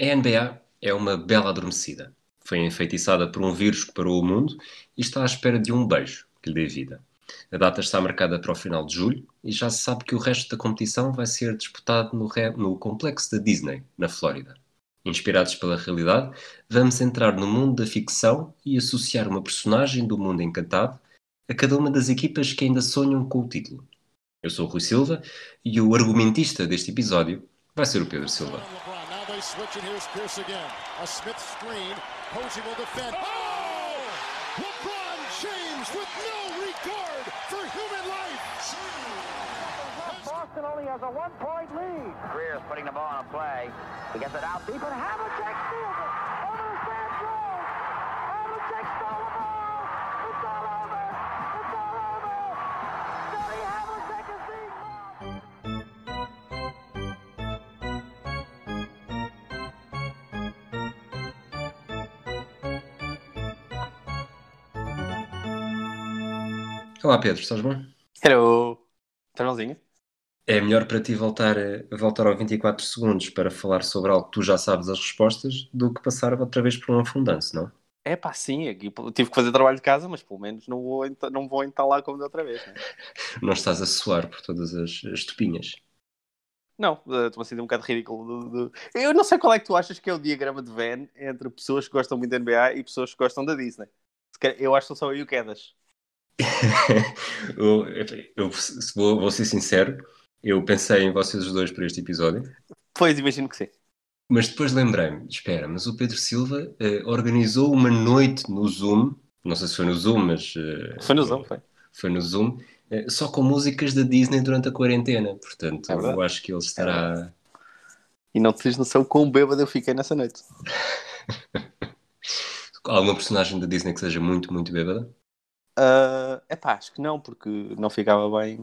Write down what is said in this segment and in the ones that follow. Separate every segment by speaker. Speaker 1: A NBA é uma bela adormecida. Foi enfeitiçada por um vírus que parou o mundo e está à espera de um beijo que lhe dê vida. A data está marcada para o final de julho e já se sabe que o resto da competição vai ser disputado no, re- no complexo da Disney, na Flórida. Inspirados pela realidade, vamos entrar no mundo da ficção e associar uma personagem do mundo encantado a cada uma das equipas que ainda sonham com o título. Eu sou o Rui Silva e o argumentista deste episódio vai ser o Pedro Silva.
Speaker 2: LeBron. Now they switch, and here's Pierce again. A Smith screen. Posey will defend. Oh! LeBron James with no regard for human life.
Speaker 3: Boston only has a one-point lead.
Speaker 4: Greer is putting the ball on a play. He gets it out deep, and Havlicek steals it. Over the sand goes. Havlicek stole the ball. It's all over. It's all over. Johnny Havlicek is the
Speaker 1: Olá Pedro, estás bom?
Speaker 5: Hello! Estás malzinho?
Speaker 1: É melhor para ti voltar, eh, voltar ao 24 segundos para falar sobre algo que tu já sabes as respostas do que passar outra vez por um afundanço, não?
Speaker 5: É pá, sim, aqui p- tive que fazer trabalho de casa, mas pelo menos não vou, enta- não vou entalar como da outra vez. Né?
Speaker 1: Não estás a suar por todas as, as topinhas.
Speaker 5: Não, eh, estou a sentir um bocado ridículo. do- do- Eu não sei qual é que tu achas que é o diagrama de Venn entre pessoas que gostam muito da NBA e pessoas que gostam da Disney. Se calhar- Eu acho que sou só eu e o Quedas.
Speaker 1: eu eu se vou, vou ser sincero, eu pensei em vocês os dois para este episódio,
Speaker 5: Pois, imagino que sim.
Speaker 1: mas depois lembrei-me, espera, mas o Pedro Silva eh, organizou uma noite no Zoom, não sei se foi no Zoom, mas eh,
Speaker 5: Foi no Zoom, foi.
Speaker 1: foi no Zoom, eh, só com músicas da Disney durante a quarentena, portanto
Speaker 5: É verdade.
Speaker 1: eu acho que ele estará...
Speaker 5: E não tens noção quão bêbado eu fiquei nessa noite.
Speaker 1: alguma personagem da Disney que seja muito, muito bêbada.
Speaker 5: É pá, acho que não, porque não ficava bem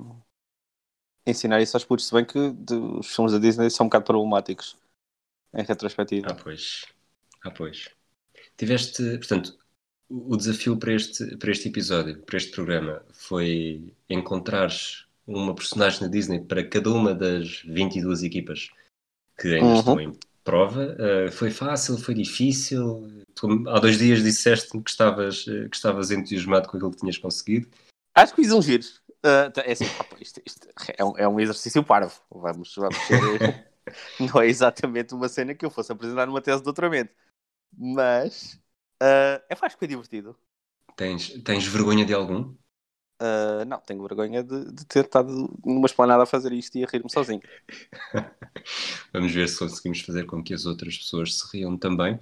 Speaker 5: ensinar isso aos putos. Se bem que de- os filmes da Disney são um bocado problemáticos em retrospectiva.
Speaker 1: Ah, pois. Ah, pois. Tiveste, portanto, o o desafio para este, para este episódio, para este programa, foi encontrar uma personagem da Disney para cada uma das 22 equipas que ainda
Speaker 5: Uhum.
Speaker 1: estão em prova. Ah, foi fácil, foi difícil. Tu, há dois dias disseste-me que estavas, eh, que estavas entusiasmado com aquilo que tinhas conseguido.
Speaker 5: Acho que fiz um giro. Ah, tá, é assim, pá, pá, isto, isto é, um, é um exercício parvo. Vamos, vamos ser- Não é exatamente uma cena que eu fosse apresentar numa tese de doutoramento. Mas ah, é, pá, acho que foi divertido.
Speaker 1: Tens, tens vergonha de algum?
Speaker 5: Ah, não, tenho vergonha de, de ter estado numa esplanada a fazer isto e a rir-me sozinho.
Speaker 1: Vamos ver se conseguimos fazer com que as outras pessoas se riam também.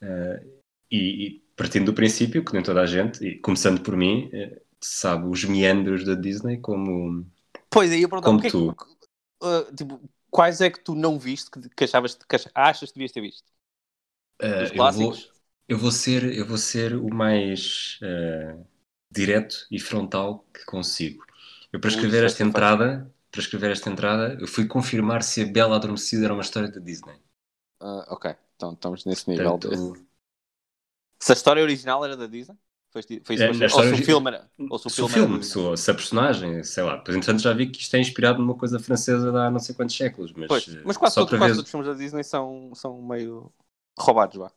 Speaker 1: Eh, e, e partindo do princípio, que nem toda a gente, e começando por mim, eh, sabe os meandros da Disney como.
Speaker 5: Pois aí eu perguntar
Speaker 1: Como
Speaker 5: o que é que-
Speaker 1: tu.
Speaker 5: ah, tipo, quais é que tu não viste que, que achavas que ach- achas que devias ter visto?
Speaker 1: eh,
Speaker 5: Os
Speaker 1: eu, vou,
Speaker 5: clássicos?
Speaker 1: eu, vou ser, eu vou ser o mais eh, direto e frontal que consigo. Eu, para
Speaker 5: Ui,
Speaker 1: escrever
Speaker 5: isso
Speaker 1: esta
Speaker 5: é fácil.
Speaker 1: entrada. Para escrever esta entrada, eu fui confirmar se a Bela Adormecida era uma história da Disney.
Speaker 5: Ah, ok, então estamos nesse nível.
Speaker 1: Portanto,
Speaker 5: de- Se a história original era da Disney? Foi, foi isso
Speaker 1: É, na
Speaker 5: que eu achei. ou
Speaker 1: história
Speaker 5: se o
Speaker 1: origi-
Speaker 5: filme era. Ou se o
Speaker 1: se o
Speaker 5: filme,
Speaker 1: filme,
Speaker 5: era.
Speaker 1: se, o- se a personagem, sei lá. Pois, entretanto, já vi que isto é inspirado numa coisa francesa de há não sei quantos séculos, mas,
Speaker 5: Pois,
Speaker 1: eh,
Speaker 5: mas quase,
Speaker 1: só
Speaker 5: todo,
Speaker 1: para
Speaker 5: quase
Speaker 1: ver.
Speaker 5: todos os filmes da Disney são, são meio roubados, vá.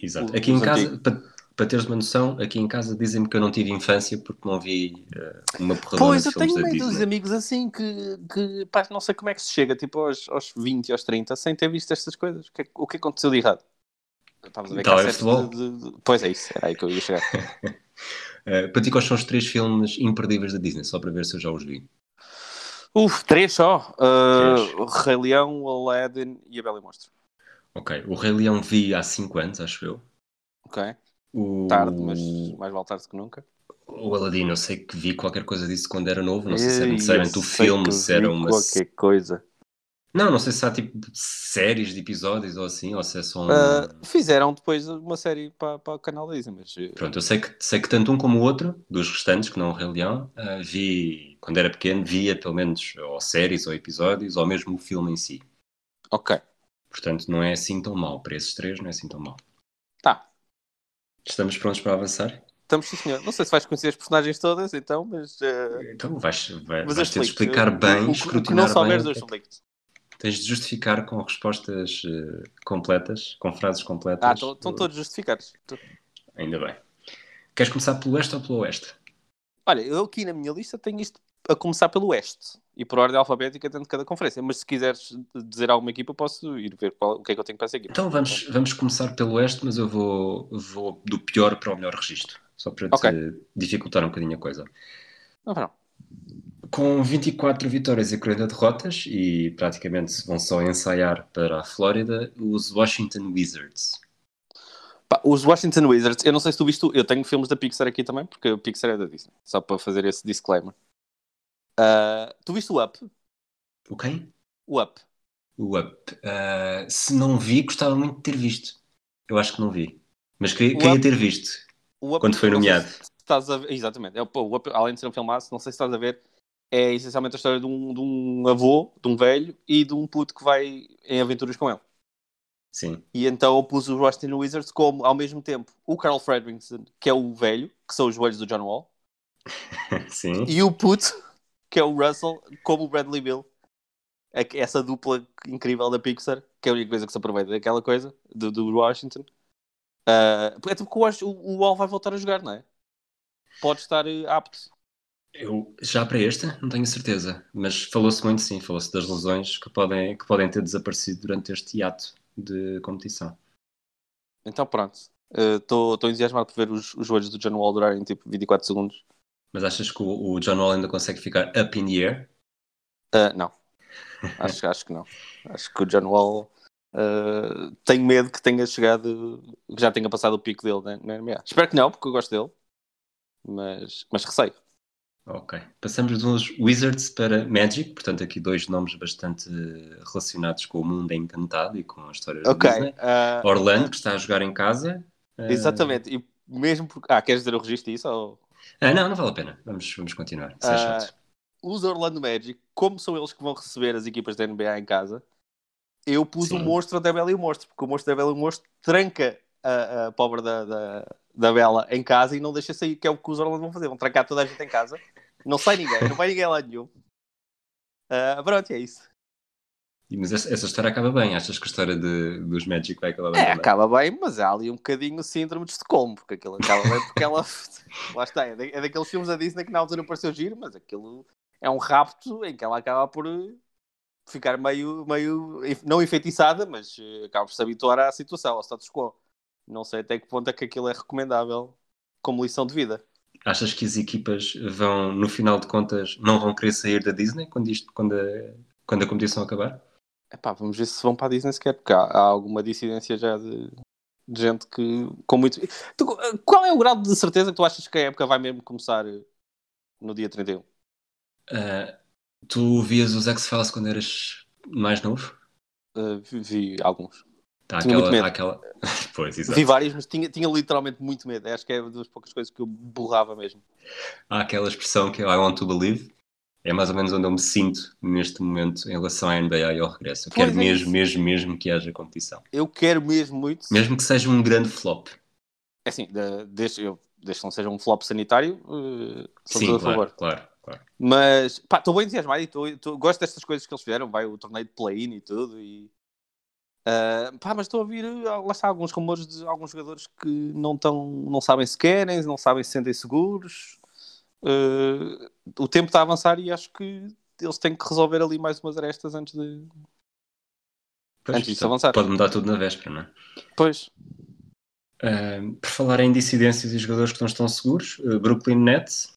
Speaker 1: Exato.
Speaker 5: os-
Speaker 1: Aqui em
Speaker 5: tipo, os
Speaker 1: casa,
Speaker 5: antigos.
Speaker 1: para, para teres uma noção, aqui em casa dizem-me que eu não tive infância porque não vi eh, uma porradona
Speaker 5: Pois,
Speaker 1: de
Speaker 5: eu
Speaker 1: filmes
Speaker 5: tenho
Speaker 1: da
Speaker 5: meio dos
Speaker 1: Disney.
Speaker 5: amigos assim que, que pá, não sei como é que se chega, tipo aos, aos 20, aos 30, sem ter visto estas coisas. O que, é que- o que aconteceu de errado? Estavas a ver
Speaker 1: Talvez
Speaker 5: cassetes
Speaker 1: Então é futebol.
Speaker 5: de- de- de- Pois é isso, era aí que eu ia chegar.
Speaker 1: Eh, para ti, quais são os três filmes imperdíveis da Disney? Só para ver se eu já os vi.
Speaker 5: Uf, três só. Uh,
Speaker 1: Três.
Speaker 5: o Rei Leão, o Aladdin e a Bela e o Monstro.
Speaker 1: Ok. O Rei Leão vi há 5 anos, acho eu.
Speaker 5: Ok,
Speaker 1: O,
Speaker 5: tarde, mas mais vale tarde que nunca.
Speaker 1: o Aladdin, eu sei que vi qualquer coisa disso quando era novo. Não sei se
Speaker 5: Ei,
Speaker 1: era
Speaker 5: eu
Speaker 1: necessariamente o
Speaker 5: sei
Speaker 1: filme,
Speaker 5: que
Speaker 1: se era
Speaker 5: vi
Speaker 1: uma
Speaker 5: Qualquer coisa.
Speaker 1: Não, não sei se há tipo séries de episódios ou assim, ou se é só um.
Speaker 5: Ah, fizeram depois uma série para, para o canal da Disney, mas eh,
Speaker 1: Pronto, eu sei que, sei que tanto um como o outro, dos restantes, que não o Rei Leão, ah, vi quando era pequeno, via pelo menos ou séries ou episódios, ou mesmo o filme em si.
Speaker 5: ok,
Speaker 1: Portanto, não é assim tão mal. Para esses três, não é assim tão mal.
Speaker 5: tá.
Speaker 1: Estamos prontos para avançar?
Speaker 5: Estamos sim senhor. Não sei se vais conhecer as personagens todas, então, mas, eh,
Speaker 1: Então vais, vai-
Speaker 5: mas eu
Speaker 1: vais ter de
Speaker 5: explico.
Speaker 1: explicar
Speaker 5: Eu-
Speaker 1: bem,
Speaker 5: o, que- o que
Speaker 1: escrutinar
Speaker 5: não souberes
Speaker 1: bem.
Speaker 5: eu
Speaker 1: o que é que-
Speaker 5: explico.
Speaker 1: Tens de justificar com respostas eh, completas, com frases completas.
Speaker 5: Ah, estão estão todos justificados. Tô-
Speaker 1: Ainda bem. Queres começar pelo leste ou pelo oeste?
Speaker 5: Olha, eu aqui na minha lista tenho isto a começar pelo Oeste e por ordem alfabética dentro de cada conferência. Mas se quiseres dizer alguma equipa, posso ir ver qual- o que é que eu tenho para essa equipa.
Speaker 1: Então vamos, vamos começar pelo oeste, mas eu vou, vou do pior para o melhor registro. Só para te
Speaker 5: Ok.
Speaker 1: dificultar um bocadinho a coisa.
Speaker 5: Não, não.
Speaker 1: Com 24 vitórias e 40 derrotas, e praticamente se vão só ensaiar para a Flórida, os Washington Wizards.
Speaker 5: Pá, os Washington Wizards, eu não sei se tu viste, eu tenho filmes da Pixar aqui também, porque a Pixar é da Disney, só para fazer esse disclaimer. Ah, tu viste o Up?
Speaker 1: O quem?
Speaker 5: O Up.
Speaker 1: O Up. Ah, se não vi, gostava muito de ter visto. Eu acho que não vi. Mas queria,
Speaker 5: O
Speaker 1: queria
Speaker 5: Up-
Speaker 1: ter visto.
Speaker 5: O Up
Speaker 1: Quando foi
Speaker 5: não sei
Speaker 1: nomeado.
Speaker 5: se Estás a ver- Exatamente. É, pô, o Up, além de ser um filmaço, não sei se estás a ver, é essencialmente a história de um, de um avô, de um velho e de um puto que vai em aventuras com ele.
Speaker 1: Sim.
Speaker 5: E então eu pus os Washington Wizards como, ao mesmo tempo, o Carl Fredrickson, que é o velho, que são os joelhos do John Wall,
Speaker 1: Sim.
Speaker 5: e o puto, que é o Russell, como o Bradley Bill. É que Essa dupla incrível da Pixar, que é a única coisa que se aproveita daquela coisa, do, do Washington. Ah, é tipo que o, Wash- o- o Wall vai voltar a jogar, não é? Pode estar eh, apto.
Speaker 1: Eu, já para esta, não tenho certeza. Mas falou-se muito, sim. Falou-se das lesões que podem, que podem ter desaparecido durante este hiato de competição.
Speaker 5: Então pronto. Estou entusiasmado por ver os, os joelhos do John Wall durarem tipo 24 segundos.
Speaker 1: Mas achas que o, o John Wall ainda consegue ficar up in the air?
Speaker 5: Ah, não. Acho, acho que não. Acho que o John Wall. ah, tenho medo que tenha chegado. que já tenha passado o pico dele na, na NBA. Espero que não, porque eu gosto dele. Mas, mas receio.
Speaker 1: Ok. Passamos dos Wizards para Magic. Portanto, aqui dois nomes bastante relacionados com o mundo encantado e com a história do
Speaker 5: Ok.
Speaker 1: Disney.
Speaker 5: ah,
Speaker 1: Orlando, que está a jogar em casa. Ah,
Speaker 5: Exatamente. E mesmo porque. Ah, queres dizer o registro disso? Ou...
Speaker 1: Ah, não, não vale a pena. Vamos, vamos continuar. Isso é
Speaker 5: Ah,
Speaker 1: chato.
Speaker 5: Os Orlando Magic, como são eles que vão receber as equipas da NBA em casa, eu pus
Speaker 1: Sim.
Speaker 5: o monstro da Bela e o monstro, porque o monstro da Bela e o monstro tranca a, a pobre da, da, da Bela em casa e não deixa sair, que é o que os Orlando vão fazer. Vão trancar toda a gente em casa, não sai ninguém, não vai ninguém lá nenhum. Ah, pronto, é isso.
Speaker 1: Mas essa, essa história acaba bem. Achas que a história de- dos Magic vai acabar bem?
Speaker 5: É,
Speaker 1: também?
Speaker 5: acaba bem, mas há ali um bocadinho o síndrome de Estocolmo, porque aquilo acaba bem porque ela. Lá está, é, da- é daqueles filmes da Disney que na altura pareceu giro, mas aquilo é um rapto em que ela acaba por eh, ficar meio, meio enf- não enfeitiçada, mas eh, acaba por se habituar à situação, ao status quo. Não sei até que ponto é que aquilo é recomendável como lição de vida.
Speaker 1: Achas que as equipas vão, no final de contas, não vão querer sair da Disney quando, isto, quando, a, quando a competição acabar?
Speaker 5: Epá, vamos ver se vão para a Disney sequer, porque há, há alguma dissidência já de, de gente que com muito. Tu- qual é o grau de certeza que tu achas que a época vai mesmo começar eh, no dia 31?
Speaker 1: Ah, tu vias os X-Files quando eras mais novo?
Speaker 5: Uh, vi, vi alguns.
Speaker 1: Há
Speaker 5: Tinha muito
Speaker 1: aquela,
Speaker 5: medo.
Speaker 1: há aquela... pois, exato.
Speaker 5: Vi vários, mas tinha, tinha literalmente muito medo. Acho que é das poucas coisas que eu borrava mesmo.
Speaker 1: Há aquela expressão que é I want to believe. É mais ou menos onde eu me sinto neste momento em relação à NBA e ao regresso. Eu
Speaker 5: Pois
Speaker 1: quero
Speaker 5: é
Speaker 1: mesmo,
Speaker 5: isso.
Speaker 1: mesmo, mesmo que haja competição.
Speaker 5: Eu quero mesmo muito.
Speaker 1: Mesmo que seja um grande flop.
Speaker 5: É assim, de- desde, eu, desde que não seja um flop sanitário, uh, sou
Speaker 1: Sim,
Speaker 5: todo
Speaker 1: claro,
Speaker 5: a favor.
Speaker 1: claro, claro.
Speaker 5: Mas, pá, estou bem entusiasmado e tô- tô- gosto destas coisas que eles fizeram, vai, o torneio de play-in e tudo. E, uh, pá, mas estou a ouvir, uh, lá está, alguns rumores de alguns jogadores que não, tão, não sabem se querem, não sabem se sentem seguros. Uh, o tempo está a avançar e acho que eles têm que resolver ali mais umas arestas antes de.
Speaker 1: Pois,
Speaker 5: Antes disso
Speaker 1: só-
Speaker 5: avançar.
Speaker 1: Pode mudar tudo na véspera, não é?
Speaker 5: Pois.
Speaker 1: Ah, por falar em dissidências e jogadores que não estão seguros, ah, Brooklyn Nets.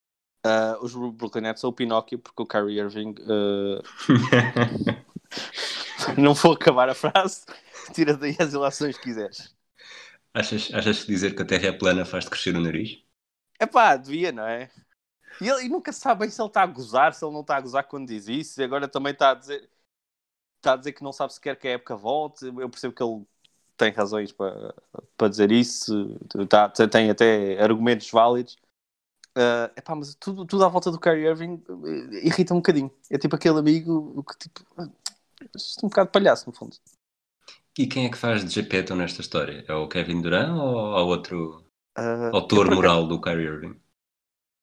Speaker 5: Uh, os Brooklyn Nets são o Pinóquio porque o Kyrie Irving uh, não vou acabar a frase tira daí as ilações que quiseres
Speaker 1: achas, achas que dizer que a terra é plana faz-te crescer o nariz?
Speaker 5: é pá, devia, não é? E ele e nunca sabe bem se ele está a gozar se ele não está a gozar quando diz isso e agora também está a dizer está a dizer que não sabe sequer que a época volte eu percebo que ele tem razões para, para dizer isso tá, tem até argumentos válidos é epá, mas tudo, tudo à volta do Kyrie Irving eh, irrita um bocadinho. É tipo aquele amigo que tipo. ah, isto é um bocado palhaço, no fundo.
Speaker 1: E quem é que faz de Gepeto nesta história? É o Kevin Durant ou há outro
Speaker 5: Ah,
Speaker 1: autor
Speaker 5: eu por acaso-
Speaker 1: moral do Kyrie Irving?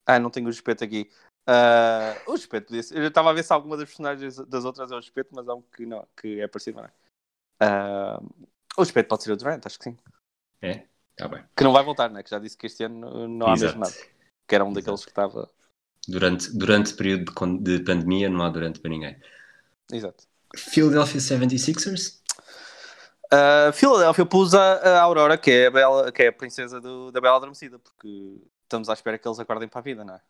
Speaker 5: Ah, não tenho o respeito aqui. Ah, o espeto desse. Eu estava a ver se alguma das personagens das outras é o espeto, mas há um que não, que é parecido, não é? Ah, o espeto pode ser o Durant, acho que sim.
Speaker 1: É? Está bem.
Speaker 5: Que não vai voltar, né? Que já disse que este ano não há
Speaker 1: Exato.
Speaker 5: mesmo nada. Que era um daqueles que estava.
Speaker 1: Durante, durante período de, con- de pandemia não há durante para ninguém.
Speaker 5: Exato.
Speaker 1: Philadelphia 76ers?
Speaker 5: Ah, Filadélfia pôs a, a Aurora, que é a, bela, que é a princesa do- da Bela Adormecida, porque estamos à espera que eles acordem para a vida, não é?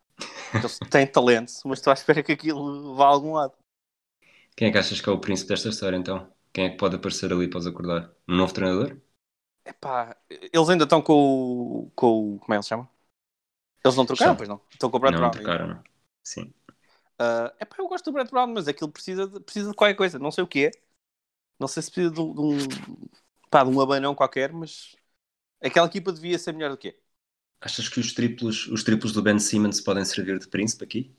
Speaker 5: Eles têm talento, mas estou à espera que aquilo vá a algum lado.
Speaker 1: Quem é que achas que é o príncipe desta história então? Quem é que pode aparecer ali para os acordar? Um novo treinador?
Speaker 5: Epá, eles ainda estão com o, com o. Como é que ele se chama? Eles não trocaram,
Speaker 1: Estão.
Speaker 5: pois não. Estão com o Brad
Speaker 1: não,
Speaker 5: Brown.
Speaker 1: trocaram, não. Sim.
Speaker 5: Ah, epá, eu gosto do Brad Brown, mas aquilo precisa de, precisa de qualquer coisa. Não sei o que é. Não sei se precisa de, um- de um. Pá, de um abanão qualquer, mas. Aquela equipa devia ser melhor do que é.
Speaker 1: Achas que os triplos, os triplos do Ben Simmons podem servir de príncipe aqui?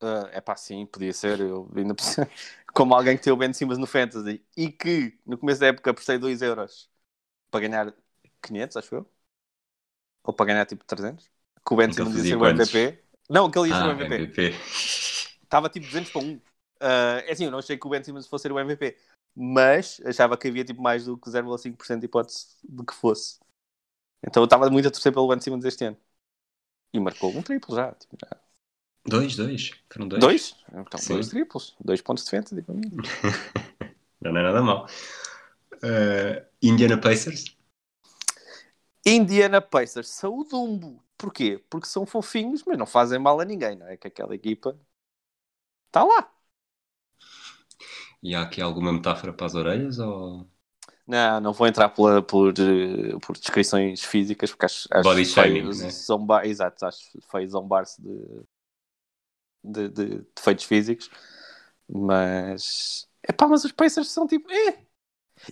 Speaker 5: Ah, epá, sim, podia ser. Eu ainda perce- Como alguém que tem o Ben Simmons no Fantasy e que no começo da época prestei 2 euros para ganhar 500, acho eu. Ou para ganhar tipo 300. Que o Ben
Speaker 1: Então
Speaker 5: Simmons ia
Speaker 1: fazia
Speaker 5: ser o
Speaker 1: quantos?
Speaker 5: MVP. Não, que ele ia ser o
Speaker 1: ah,
Speaker 5: MVP.
Speaker 1: MVP.
Speaker 5: Estava tipo 200 para 1. é assim, eu não achei que o Ben Simmons fosse ser o MVP. Mas achava que havia tipo mais do que 0,5% de hipótese de que fosse. Então eu estava muito a torcer pelo Ben Simmons este ano. E marcou um triplo já. tipo, já.
Speaker 1: Dois, dois. Foram dois.
Speaker 5: Dois? Então,
Speaker 1: Sim.
Speaker 5: dois triplos. Dois pontos de fantasy para mim.
Speaker 1: Não, é nada mal. Eh, Indiana Pacers?
Speaker 5: Indiana Pacers, saúde Dumbo. Porquê? Porque são fofinhos, mas não fazem mal a ninguém, não é? Que aquela equipa está lá.
Speaker 1: E há aqui alguma metáfora para as orelhas? Ou...
Speaker 5: Não, não vou entrar pela- por, eh, por descrições físicas, porque acho, acho
Speaker 1: Body shaming,
Speaker 5: feio
Speaker 1: né?
Speaker 5: zombar, exato, acho feio zombar-se de, de, de defeitos físicos. Mas, epá, mas os Pacers são tipo, eh.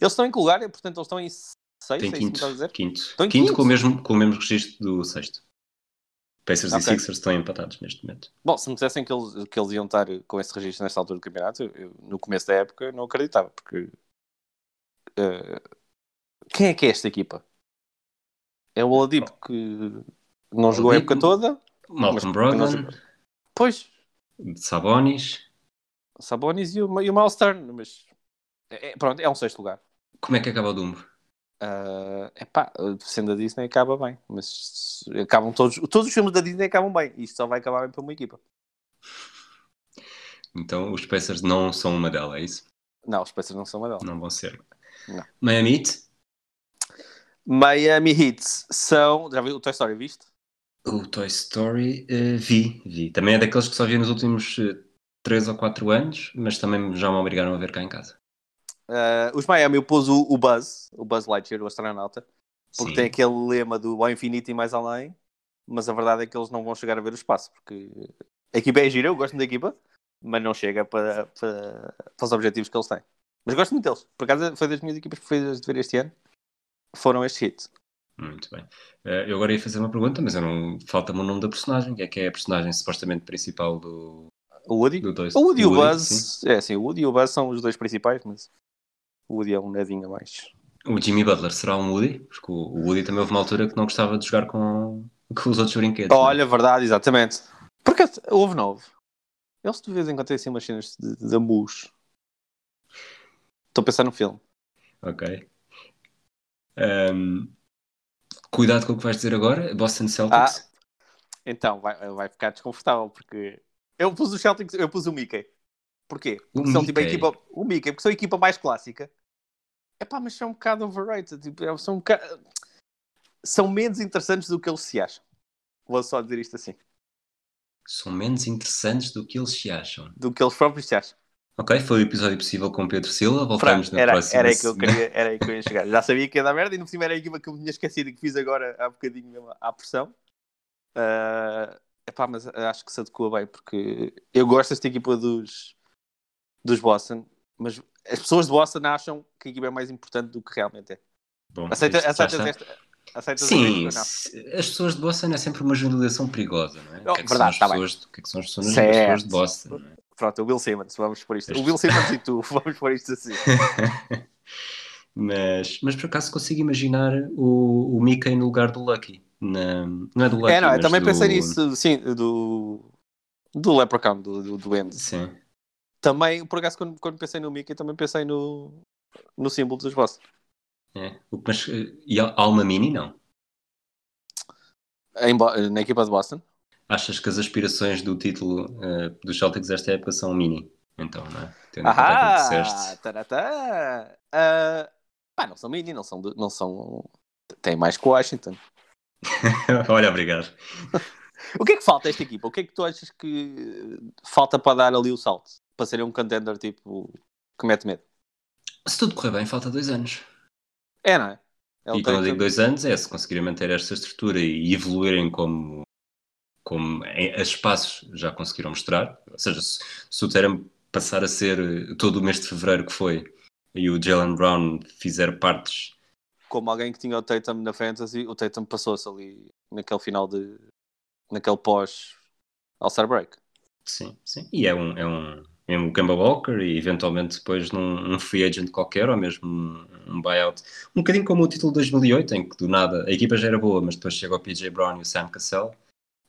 Speaker 5: Eles estão em que lugar? Portanto, eles estão em seis, é
Speaker 1: Tem
Speaker 5: isso que me
Speaker 1: quinto.
Speaker 5: estás a dizer?
Speaker 1: Quinto,
Speaker 5: Estão em
Speaker 1: quinto,
Speaker 5: quinto?
Speaker 1: Com, o mesmo, com o mesmo registro do sexto. Pacers
Speaker 5: Ok.
Speaker 1: e Sixers estão empatados neste momento.
Speaker 5: Bom, se me dissessem que eles, que eles iam estar com esse registro nesta altura do campeonato, eu- eu, no começo da época eu não acreditava, porque. eh, quem é que é esta equipa? É o Oladipo que não jogou a
Speaker 1: Oladipo.
Speaker 5: época toda.
Speaker 1: Malcolm
Speaker 5: mas- mas
Speaker 1: Brogdon,
Speaker 5: Pois,
Speaker 1: Sabonis.
Speaker 5: Sabonis e o, e o Miles Turner, mas. é- é- pronto, é um sexto lugar.
Speaker 1: Como é que acaba o Dumbo?
Speaker 5: Ah, epá, sendo a Disney acaba bem, mas acabam todos, todos os filmes da Disney acabam bem, e isto só vai acabar bem para uma equipa.
Speaker 1: Então os Pacers não são uma dela, é isso?
Speaker 5: Não, os Pacers não são uma delas.
Speaker 1: Não vão ser.
Speaker 5: Não.
Speaker 1: Miami Heat?
Speaker 5: Miami Heat são. Já viu o Toy Story, viste?
Speaker 1: O Toy Story eh, vi, vi. Também é daqueles que só vi nos últimos 3 ou 4 anos, mas também já me obrigaram a ver cá em casa.
Speaker 5: Uh, os Miami eu pus o, o Buzz, o Buzz Lightyear, o astronauta, porque
Speaker 1: Sim.
Speaker 5: tem aquele lema do ao infinito e mais além, mas a verdade é que eles não vão chegar a ver o espaço, porque a equipa é gira, eu gosto da equipa, mas não chega para, para, para os objetivos que eles têm. Mas gosto muito deles, por acaso foi das minhas equipas preferidas de ver este ano, foram estes hits.
Speaker 1: Muito bem. Eh, eu agora ia fazer uma pergunta, mas eu não... falta-me o nome da personagem. que é que é a personagem supostamente principal do,
Speaker 5: O Woody,
Speaker 1: do Toy
Speaker 5: o Woody e o
Speaker 1: do
Speaker 5: Buzz,
Speaker 1: sim.
Speaker 5: é sim, o Woody e o Buzz são os dois principais, mas o Woody é um nadinho a mais.
Speaker 1: O Jimmy Butler será um Woody? Porque o o Woody também houve uma altura que não gostava de jogar com, com os outros brinquedos. não é?
Speaker 5: Olha, verdade, exatamente. Porque houve novo. Eles de vez em quando têm assim umas cenas de, de ambus. Estou a pensar no filme.
Speaker 1: Ok. Ahm, cuidado com o que vais dizer agora. Boston Celtics.
Speaker 5: Ah. Então, vai, vai ficar desconfortável porque eu pus o Celtics, eu pus o Mickey. Porquê?
Speaker 1: O
Speaker 5: Porque são tipo a
Speaker 1: Mickey.
Speaker 5: equipa. O Mickey, porque são a equipa mais clássica. Epá, mas são um bocado overrated. Tipo, é- são um bocado- São menos interessantes do que eles se acham. Vou só dizer isto assim.
Speaker 1: São menos interessantes do que eles se acham.
Speaker 5: Do que eles próprios se acham.
Speaker 1: Ok, foi o episódio possível com Pedro Silva. Voltamos
Speaker 5: Pronto,
Speaker 1: na
Speaker 5: era,
Speaker 1: próxima
Speaker 5: era aí que eu
Speaker 1: semana.
Speaker 5: queria, era aí que eu ia chegar. Já sabia que ia dar merda e no cima era a equipa que eu me tinha esquecido e que fiz agora há bocadinho mesmo à pressão. Ah, epá, mas acho que se adequa bem porque eu gosto desta equipa dos, dos Boston, mas as pessoas de Boston acham que a equipa é mais importante do que realmente é.
Speaker 1: Bom,
Speaker 5: Aceita,
Speaker 1: Hum, isto já
Speaker 5: aceitas
Speaker 1: está.
Speaker 5: esta? Aceitas
Speaker 1: Sim,
Speaker 5: esta?
Speaker 1: se- as pessoas de Boston é sempre uma generalização perigosa, não é?
Speaker 5: Não,
Speaker 1: o, que é que são
Speaker 5: verdade,
Speaker 1: as
Speaker 5: tá bem.
Speaker 1: pessoas, o que é que são as pessoas, as
Speaker 5: Certo.
Speaker 1: pessoas de Boston? não é?
Speaker 5: Pronto, o Bill Simmons, vamos por isto.
Speaker 1: Este-
Speaker 5: O Bill Simmons e tu, vamos por isto assim.
Speaker 1: Mas, mas por acaso consigo imaginar o, o Mickey no lugar do Lucky. Na- não é do Lucky.
Speaker 5: É, não, eu
Speaker 1: mas
Speaker 5: também
Speaker 1: do-
Speaker 5: pensei nisso, sim, do, Do Leprechaun, do, do Duende.
Speaker 1: Sim.
Speaker 5: Também, por acaso, quando, quando pensei no Mickey, também pensei no, no símbolo dos bosses.
Speaker 1: É. O- Mas, eh, e a Alma Mini, não?
Speaker 5: Em Bo- na equipa de Boston.
Speaker 1: Achas que as aspirações do título eh, dos Celtics desta época são mini? Então, não é? Tendo em conta aquilo que
Speaker 5: Ahá!
Speaker 1: disseste.
Speaker 5: Taratá! Ah, pá, não são mini, não são, de- não são. Tem mais que o Washington.
Speaker 1: Olha, obrigado.
Speaker 5: O que é que falta a esta equipa? O que é que tu achas que falta para dar ali o salto? Para serem um contender tipo que mete medo?
Speaker 1: Se tudo correr bem, falta dois anos.
Speaker 5: É, não é? É o
Speaker 1: e quando eu
Speaker 5: Tatum.
Speaker 1: digo dois anos, é se conseguirem manter esta estrutura e evoluírem como, como em- a espaços já conseguiram mostrar. Ou seja, se, se o Terem passar a ser eh, todo o mês de fevereiro que foi e o Jalen Brown fizer partes.
Speaker 5: Como alguém que tinha o Tatum na Fantasy, o Tatum passou-se ali naquele final de. naquele pós All-Star Break.
Speaker 1: Sim, sim. E é um. É um é um Kemba Walker e eventualmente depois num um free agent qualquer ou mesmo um, um buyout. Um bocadinho como o título de 2008 em que do nada a equipa já era boa mas depois chega o PJ Brown e o Sam Cassell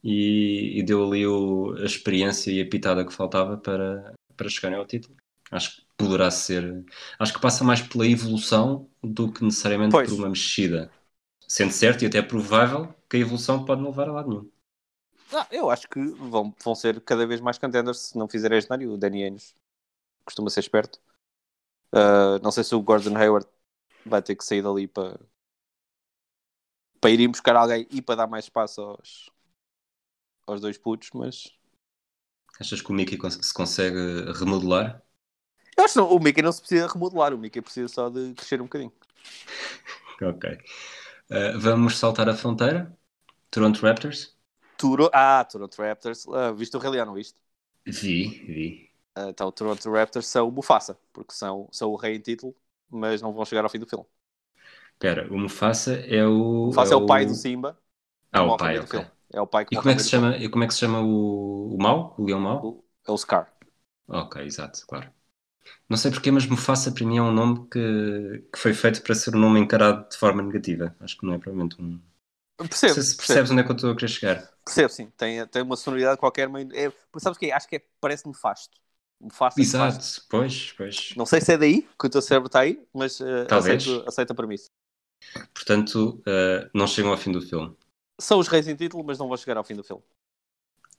Speaker 1: e, e deu ali o- a experiência e a pitada que faltava para, para chegarem ao título. Acho que poderá ser... Acho que passa mais pela evolução do que necessariamente
Speaker 5: Pois.
Speaker 1: por uma mexida. Sendo certo e até provável que a evolução pode não levar a lado nenhum.
Speaker 5: Ah, eu acho que vão, vão ser cada vez mais contenders se não fizerem a genário. O Danny Ainge costuma ser esperto. Ah, não sei se o Gordon Hayward vai ter que sair dali para para ir buscar alguém e para dar mais espaço aos, aos dois putos, mas
Speaker 1: Achas que o Mickey cons- se consegue remodelar?
Speaker 5: eu acho que não- o Mickey não se precisa remodelar, o Mickey precisa só de crescer um bocadinho.
Speaker 1: Ok. Uh, vamos saltar a fronteira. Toronto Raptors?
Speaker 5: Turo... Ah, Toronto Raptors, Ah, viste o Rei Leão, não viste?
Speaker 1: Vi, vi.
Speaker 5: Ah, então o Toronto Raptors são o Mufasa, porque são, são o rei em título, mas não vão chegar ao fim do filme.
Speaker 1: Espera, o Mufasa é o.
Speaker 5: Mufasa é o pai do Simba,
Speaker 1: Ah,
Speaker 5: morre
Speaker 1: o
Speaker 5: no
Speaker 1: pai,
Speaker 5: meio do
Speaker 1: ok.
Speaker 5: filme. É o pai que
Speaker 1: E
Speaker 5: morre
Speaker 1: como é
Speaker 5: no
Speaker 1: que se
Speaker 5: meio
Speaker 1: chama, e como é que se chama o, o Mau? O Leão Mau?
Speaker 5: do filme. É o Scar.
Speaker 1: Ok, exato, claro. Não sei porquê, mas Mufasa para mim é um nome que, que foi feito para ser um nome encarado de forma negativa. Acho que não é provavelmente um. Não
Speaker 5: Percebo,
Speaker 1: sei se
Speaker 5: percebo,
Speaker 1: percebes onde é que eu estou a querer chegar.
Speaker 5: percebo, sim. Tem, tem uma sonoridade qualquer. Meio... É, sabes o que Acho que é, parece nefasto. Nefasto. nefasto.
Speaker 1: Exato, pois, pois.
Speaker 5: Não sei se é daí que o teu cérebro está aí, mas eh,
Speaker 1: Talvez.
Speaker 5: aceito, aceito a premissa.
Speaker 1: Portanto, uh, não chegam ao fim do filme.
Speaker 5: São os reis em título, mas não vão chegar ao fim do filme.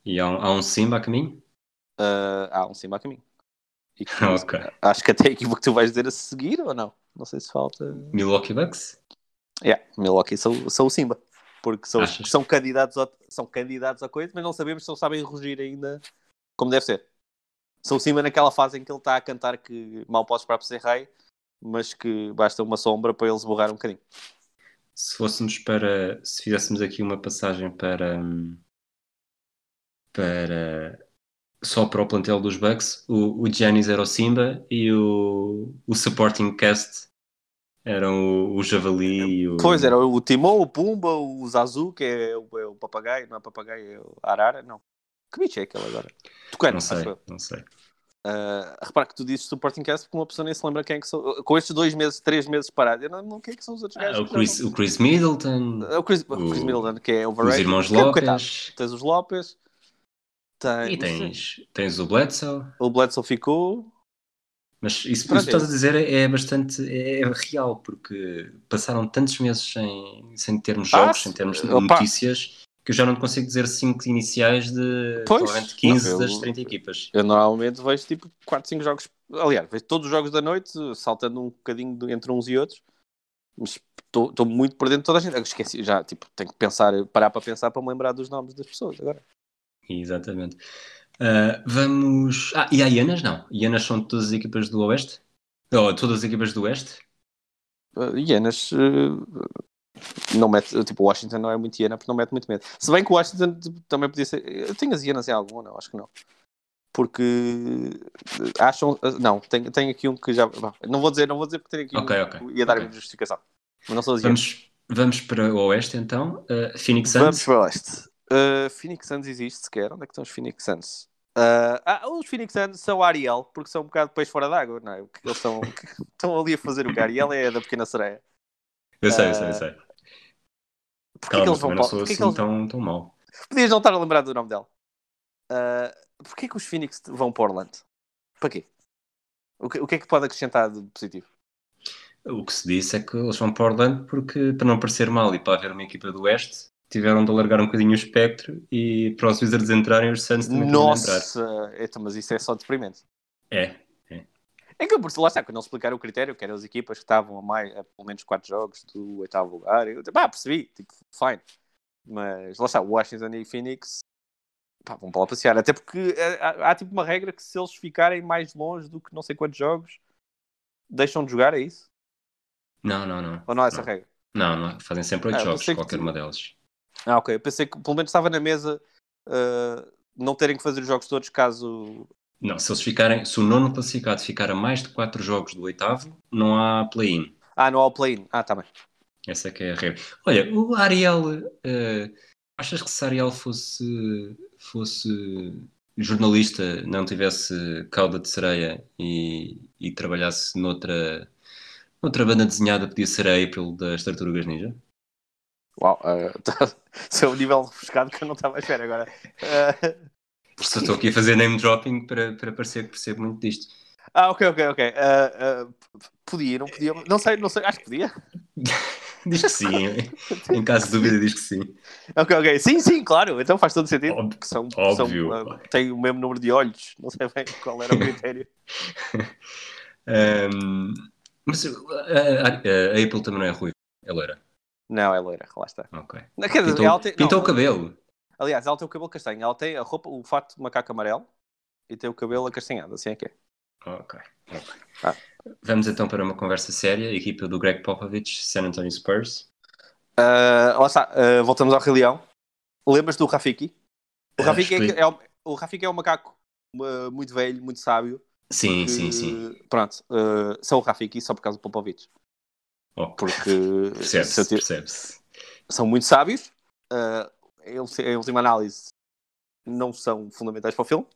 Speaker 1: E há um, há um Simba a caminho?
Speaker 5: Eh, há um Simba a caminho. E que-
Speaker 1: Ok.
Speaker 5: Acho que até aqui o que tu vais dizer a seguir ou não? Não sei se falta.
Speaker 1: Milwaukee Bucks?
Speaker 5: Yeah, Milwaukee são, são o Simba. Porque são,
Speaker 1: Achas?
Speaker 5: são, candidatos ao, são candidatos à coisa, mas não sabemos se eles sabem rugir ainda como deve ser. São o Simba naquela fase em que ele está a cantar que mal podes esperar para ser rei, mas que basta uma sombra para eles borrar um bocadinho.
Speaker 1: se fôssemos para se fizéssemos aqui uma passagem para hum, para só para o plantel dos Bucks o, o Giannis era o Simba e o, o supporting cast eram o, o Javali e o
Speaker 5: Pois é, era o Timão, o Pumba, o Zazu, que é o, é o papagaio, não é papagaio, é o Arara, não. Que bicho é aquele agora? Tucano,
Speaker 1: não sei
Speaker 5: acho eu.
Speaker 1: não sei
Speaker 5: Ah, repara que tu dizes Supporting Cast porque uma pessoa nem se lembra quem é que são. Com estes dois meses, três meses parados, eu não, não quem é que são os outros gajos.
Speaker 1: Ah, o,
Speaker 5: que já
Speaker 1: Chris,
Speaker 5: não-
Speaker 1: o Chris Middleton
Speaker 5: É O Chris, o Chris
Speaker 1: O-
Speaker 5: Middleton, que é overrated.
Speaker 1: os irmãos
Speaker 5: Que- coitado,
Speaker 1: Lopes
Speaker 5: Tens os Lopes. Tem,
Speaker 1: e tens, tens o Bledsoe
Speaker 5: O Bledsoe ficou.
Speaker 1: Mas isso que
Speaker 5: Pronto,
Speaker 1: estás
Speaker 5: é
Speaker 1: a dizer é bastante é é real, porque passaram tantos meses sem, sem termos
Speaker 5: Ah,
Speaker 1: jogos,
Speaker 5: se-
Speaker 1: sem termos
Speaker 5: opa.
Speaker 1: notícias, que eu já não te consigo dizer 5 iniciais de
Speaker 5: Pois,
Speaker 1: provavelmente 15
Speaker 5: não, eu-
Speaker 1: das 30 equipas.
Speaker 5: Eu normalmente vejo tipo 4, 5 jogos. Aliás, vejo todos os jogos da noite, saltando um bocadinho de- entre uns e outros. Mas estou muito por dentro de toda a gente. Eu esqueci, já tipo, tenho que pensar, parar para pensar para me lembrar dos nomes das pessoas agora.
Speaker 1: Exatamente. Ah, vamos. Ah, e há Ianas? Não. Ianas são de todas as equipas do Oeste? Ou de todas as equipas do Oeste?
Speaker 5: Uh, hienas eh, não mete, tipo, o Washington não é muito hiena porque não mete muito medo. Se bem que o Washington tipo, também podia ser. Eu tenho as hienas em algum ou não? Acho que não. Porque eh, acham. eh, Não, tem, tem aqui um que já. bah, Não vou dizer, não vou dizer porque tem aqui
Speaker 1: Ok,
Speaker 5: um
Speaker 1: ok,
Speaker 5: que ia dar
Speaker 1: ok.
Speaker 5: uma justificação. Mas não são as hienas.
Speaker 1: Vamos, vamos para o Oeste então. Ah, Phoenix
Speaker 5: Vamos
Speaker 1: Suns?
Speaker 5: para o leste. Uh, Phoenix Suns existe sequer? Onde é que estão os Phoenix Suns? Uh, ah, os Phoenix Suns são a Ariel, porque são um bocado de peixe fora d'água, não é? O que Eles são, que estão ali a fazer o que a Ariel é da pequena sereia.
Speaker 1: Eu sei, eu sei, eu sei.
Speaker 5: Porquê
Speaker 1: Calma,
Speaker 5: é que eles
Speaker 1: também
Speaker 5: vão para
Speaker 1: não
Speaker 5: o-
Speaker 1: sou
Speaker 5: porquê que
Speaker 1: assim
Speaker 5: eles-
Speaker 1: tão, tão mau.
Speaker 5: Podias não estar a lembrar do nome dela. Ah, Porquê que os Phoenix vão para Orlando? Para quê? O que, o que é que pode acrescentar de positivo?
Speaker 1: O que se disse é que eles vão para Orlando porque, para não parecer mal e para haver uma equipa do Oeste, tiveram de alargar um bocadinho o espectro e para os Wizards entrarem, os Suns também tiveram de entrar.
Speaker 5: Nossa! Eita, mas isso é só deprimente.
Speaker 1: É.
Speaker 5: É que eu, lá está, quando eles explicaram o critério, que eram as equipas que estavam a, mais, a pelo menos 4 jogos do oitavo lugar, eu pá, percebi, tipo, fine. Mas lá está, Washington e Phoenix pá, vão para lá passear. Até porque é, há, há, tipo uma regra que se eles ficarem mais longe do que não sei quantos jogos, deixam de jogar, é isso?
Speaker 1: Não, não, não.
Speaker 5: Ou não há essa regra?
Speaker 1: Não, não. Fazem sempre oito
Speaker 5: Ah, eu
Speaker 1: jogos,
Speaker 5: pensei que
Speaker 1: qualquer
Speaker 5: tu-
Speaker 1: uma delas.
Speaker 5: Ah, ok. Eu pensei que pelo menos estava na mesa ah, não terem que fazer os jogos todos caso.
Speaker 1: Não, se eles ficarem, se o nono classificado ficar a mais de 4 jogos do oitavo, não há play-in.
Speaker 5: Ah, não há o play-in. Ah, tá bem.
Speaker 1: Essa é que é a regra. Olha, o Ariel, eh, achas que se Ariel fosse, fosse jornalista, não tivesse cauda de sereia e, e trabalhasse noutra, noutra banda desenhada, podia ser a April das Tartarugas Ninja?
Speaker 5: Uau, ah, tá- isso é um nível refrescado que eu não estava à espera agora. Ah,
Speaker 1: Porque eu estou aqui a fazer name dropping para, para parecer que percebo muito disto.
Speaker 5: ah, ok, ok, ok. Ah, ah, p- podia, não podia. Não sei, não sei. Acho que podia.
Speaker 1: Diz que sim, em caso de dúvida, diz que sim.
Speaker 5: Ok, ok. Sim, sim, claro. Então faz todo sentido.
Speaker 1: Óbvio.
Speaker 5: Que são, que
Speaker 1: Óbvio.
Speaker 5: são, ah, têm o mesmo número de olhos. Não sei bem qual era o critério.
Speaker 1: Ahm, mas uh, a, a- a April também não é ruiva, é loira.
Speaker 5: não, é loira, lá está.
Speaker 1: Ok.
Speaker 5: Não, quer dizer,
Speaker 1: Pintou,
Speaker 5: ela tem- não,
Speaker 1: pintou o cabelo.
Speaker 5: Aliás, ela tem o cabelo castanho. Ela tem a roupa, o fato de macaco amarelo e tem o cabelo acastanhado. Assim é que é.
Speaker 1: Ok. ok.
Speaker 5: Ah.
Speaker 1: Vamos então para uma conversa séria. Equipa do Greg Popovich, San Antonio Spurs.
Speaker 5: Ah, lá está, ah, voltamos ao Rei Leão. Lembras do Rafiki? O
Speaker 1: Ah,
Speaker 5: Rafiki, é,
Speaker 1: explica.
Speaker 5: que- é um- o Rafiki é um macaco ah, muito velho, muito sábio.
Speaker 1: Sim,
Speaker 5: que-
Speaker 1: sim, sim.
Speaker 5: Pronto, ah, são o Rafiki só por causa do Popovich.
Speaker 1: Ok.
Speaker 5: Porque se eu
Speaker 1: Oh, Percebe-se,
Speaker 5: ti-
Speaker 1: percebe-se.
Speaker 5: são muito sábios. ah, eles, em última análise, não são fundamentais para o filme.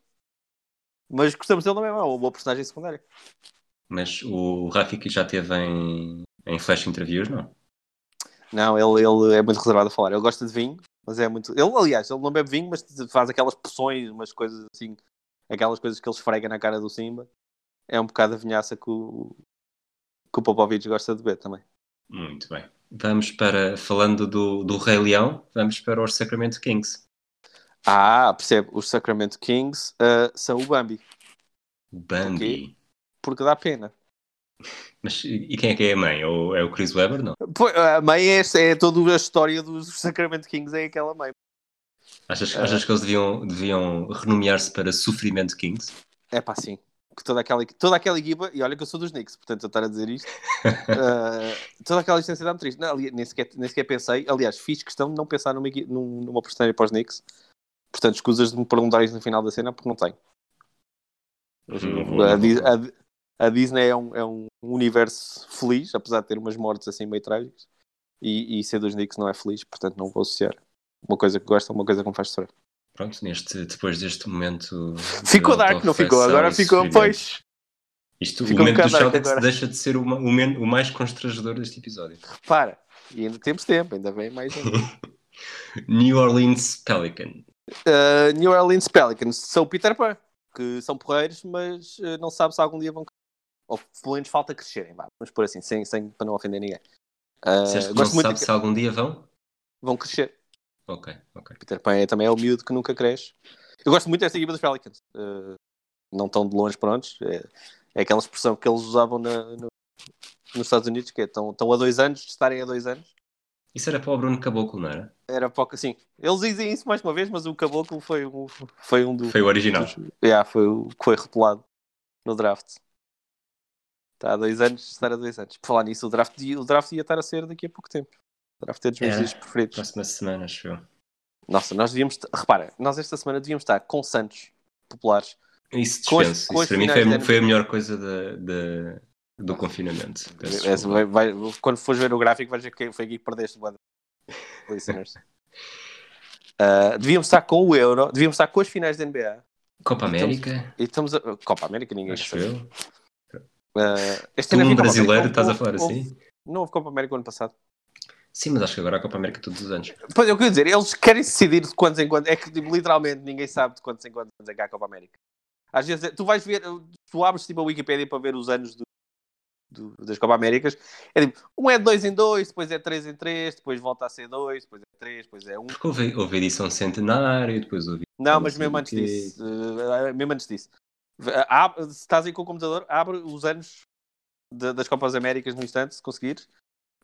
Speaker 5: Mas gostamos dele também, é uma boa personagem secundária.
Speaker 1: Mas o Rafiki já teve em, em flash interviews, não?
Speaker 5: Não, ele, ele é muito reservado a falar. Ele gosta de vinho, mas é muito. Ele, aliás, ele não bebe vinho, mas faz aquelas poções, umas coisas assim, aquelas coisas que ele esfrega na cara do Simba. É um bocado a vinhaça que o, que o Popovich gosta de beber também.
Speaker 1: Muito bem. Vamos para, falando do, do Rei Leão, vamos para os Sacramento Kings.
Speaker 5: Ah, percebe, os Sacramento Kings ah, são o Bambi,
Speaker 1: O Bambi.
Speaker 5: Ok. porque dá pena.
Speaker 1: Mas e quem é que é a mãe? Ou é o Chris Webber? Não.
Speaker 5: Pô, a mãe é, é toda a história dos Sacramento Kings, é aquela mãe.
Speaker 1: Achas,
Speaker 5: Ah.
Speaker 1: achas que eles deviam, deviam renomear-se para Sofrimento Kings?
Speaker 5: É pá, sim. Que toda aquela, toda aquela equipa, e olha que eu sou dos Knicks, portanto eu estar a dizer isto, uh, toda aquela licença dá-me triste. Não, ali- nem, sequer, nem sequer pensei, aliás, fiz questão de não pensar numa, equi- num- numa personagem para os Knicks, portanto escusas de me perguntar isso no final da cena, porque não tenho.
Speaker 1: Não vou,
Speaker 5: a,
Speaker 1: não
Speaker 5: Di-
Speaker 1: vou.
Speaker 5: a- a Disney é um, é um universo feliz, apesar de ter umas mortes assim meio trágicas, e, e ser dos Knicks não é feliz, portanto não vou associar uma coisa que gosto a uma coisa que me faz chorar.
Speaker 1: Pronto, neste, depois deste momento. de
Speaker 5: Ficou dark, não ficou?
Speaker 1: autoafeição
Speaker 5: Agora
Speaker 1: e
Speaker 5: ficou,
Speaker 1: sofrimento.
Speaker 5: pois.
Speaker 1: Isto,
Speaker 5: ficou
Speaker 1: o
Speaker 5: um
Speaker 1: momento do
Speaker 5: bocado dark
Speaker 1: Celtics
Speaker 5: agora.
Speaker 1: deixa de ser o, ma- o men- o mais constrangedor deste episódio.
Speaker 5: Repara, e ainda temos tempo, ainda bem mais um.
Speaker 1: New Orleans Pelican.
Speaker 5: Uh, New Orleans Pelicans são o Peter Pan, que são porreiros, mas uh, não sabe se algum dia vão. Ou pelo menos falta crescerem, vá. Vamos por assim, sem, sem, para não ofender ninguém. Uh,
Speaker 1: Disseste que não
Speaker 5: gosto
Speaker 1: se
Speaker 5: muito
Speaker 1: sabe
Speaker 5: de-
Speaker 1: se algum dia vão?
Speaker 5: Vão crescer.
Speaker 1: Ok, ok.
Speaker 5: Peter Pan é, também é o miúdo que nunca cresce. Eu gosto muito desta equipa dos Pelicans. Uh, não tão de longe, prontos. É, é aquela expressão que eles usavam na- no- nos Estados Unidos, que é estão estão a dois anos, de estarem a dois anos.
Speaker 1: Isso era para o Bruno Caboclo, não era?
Speaker 5: Era pouco assim. Eles dizem isso mais uma vez, mas o Caboclo foi um, foi um do,
Speaker 1: Foi o original.
Speaker 5: Yeah, foi o que foi rotulado no draft. Está há dois anos, estar a dois anos. Por falar nisso, o draft, o draft ia estar a ser daqui a pouco tempo. O draft é dos meus
Speaker 1: É.
Speaker 5: dias preferidos.
Speaker 1: Próxima semana, acho eu.
Speaker 5: Nossa, nós devíamos. Repara, nós esta semana devíamos estar com Santos populares.
Speaker 1: Isso
Speaker 5: Com as-
Speaker 1: dispenso.
Speaker 5: com
Speaker 1: Isso
Speaker 5: as
Speaker 1: para mim
Speaker 5: finais de
Speaker 1: foi,
Speaker 5: ano-
Speaker 1: foi a melhor coisa da- da- do confinamento. Peço
Speaker 5: É,
Speaker 1: desculpa.
Speaker 5: vai- vai- quando fores ver o gráfico, vais ver que foi aqui que perdeste, banda. Listeners. Ah, devíamos estar com o Euro, devíamos estar com as finais da NBA.
Speaker 1: Copa
Speaker 5: Então,
Speaker 1: América,
Speaker 5: E estamos a. Copa América, ninguém
Speaker 1: acho
Speaker 5: sabe.
Speaker 1: eu.
Speaker 5: Ah, este
Speaker 1: Tu,
Speaker 5: ano
Speaker 1: um
Speaker 5: havia Copa América.
Speaker 1: brasileiro,
Speaker 5: Não
Speaker 1: estás a
Speaker 5: houve-
Speaker 1: falar
Speaker 5: houve-
Speaker 1: assim?
Speaker 5: Não houve Copa América ano passado.
Speaker 1: Sim, mas acho que agora a Copa América é todos os anos.
Speaker 5: Pois, eu queria dizer, eles querem decidir de quantos em quantos. É que tipo, literalmente ninguém sabe de quantos em quantos anos é que há a Copa América. Às vezes, tu vais ver, tu abres tipo a Wikipédia para ver os anos do- do- das Copa Américas. É tipo, um é de dois em dois, depois é três em três, depois volta a ser dois, depois é três, depois é um.
Speaker 1: Porque houve, houve a edição centenário, depois houve.
Speaker 5: Não,
Speaker 1: Sim,
Speaker 5: mas mesmo antes
Speaker 1: que-
Speaker 5: disso. eh, mesmo antes disso. V- ab- se estás aí com o computador, abre os anos da- das Copas Américas no instante, se conseguires,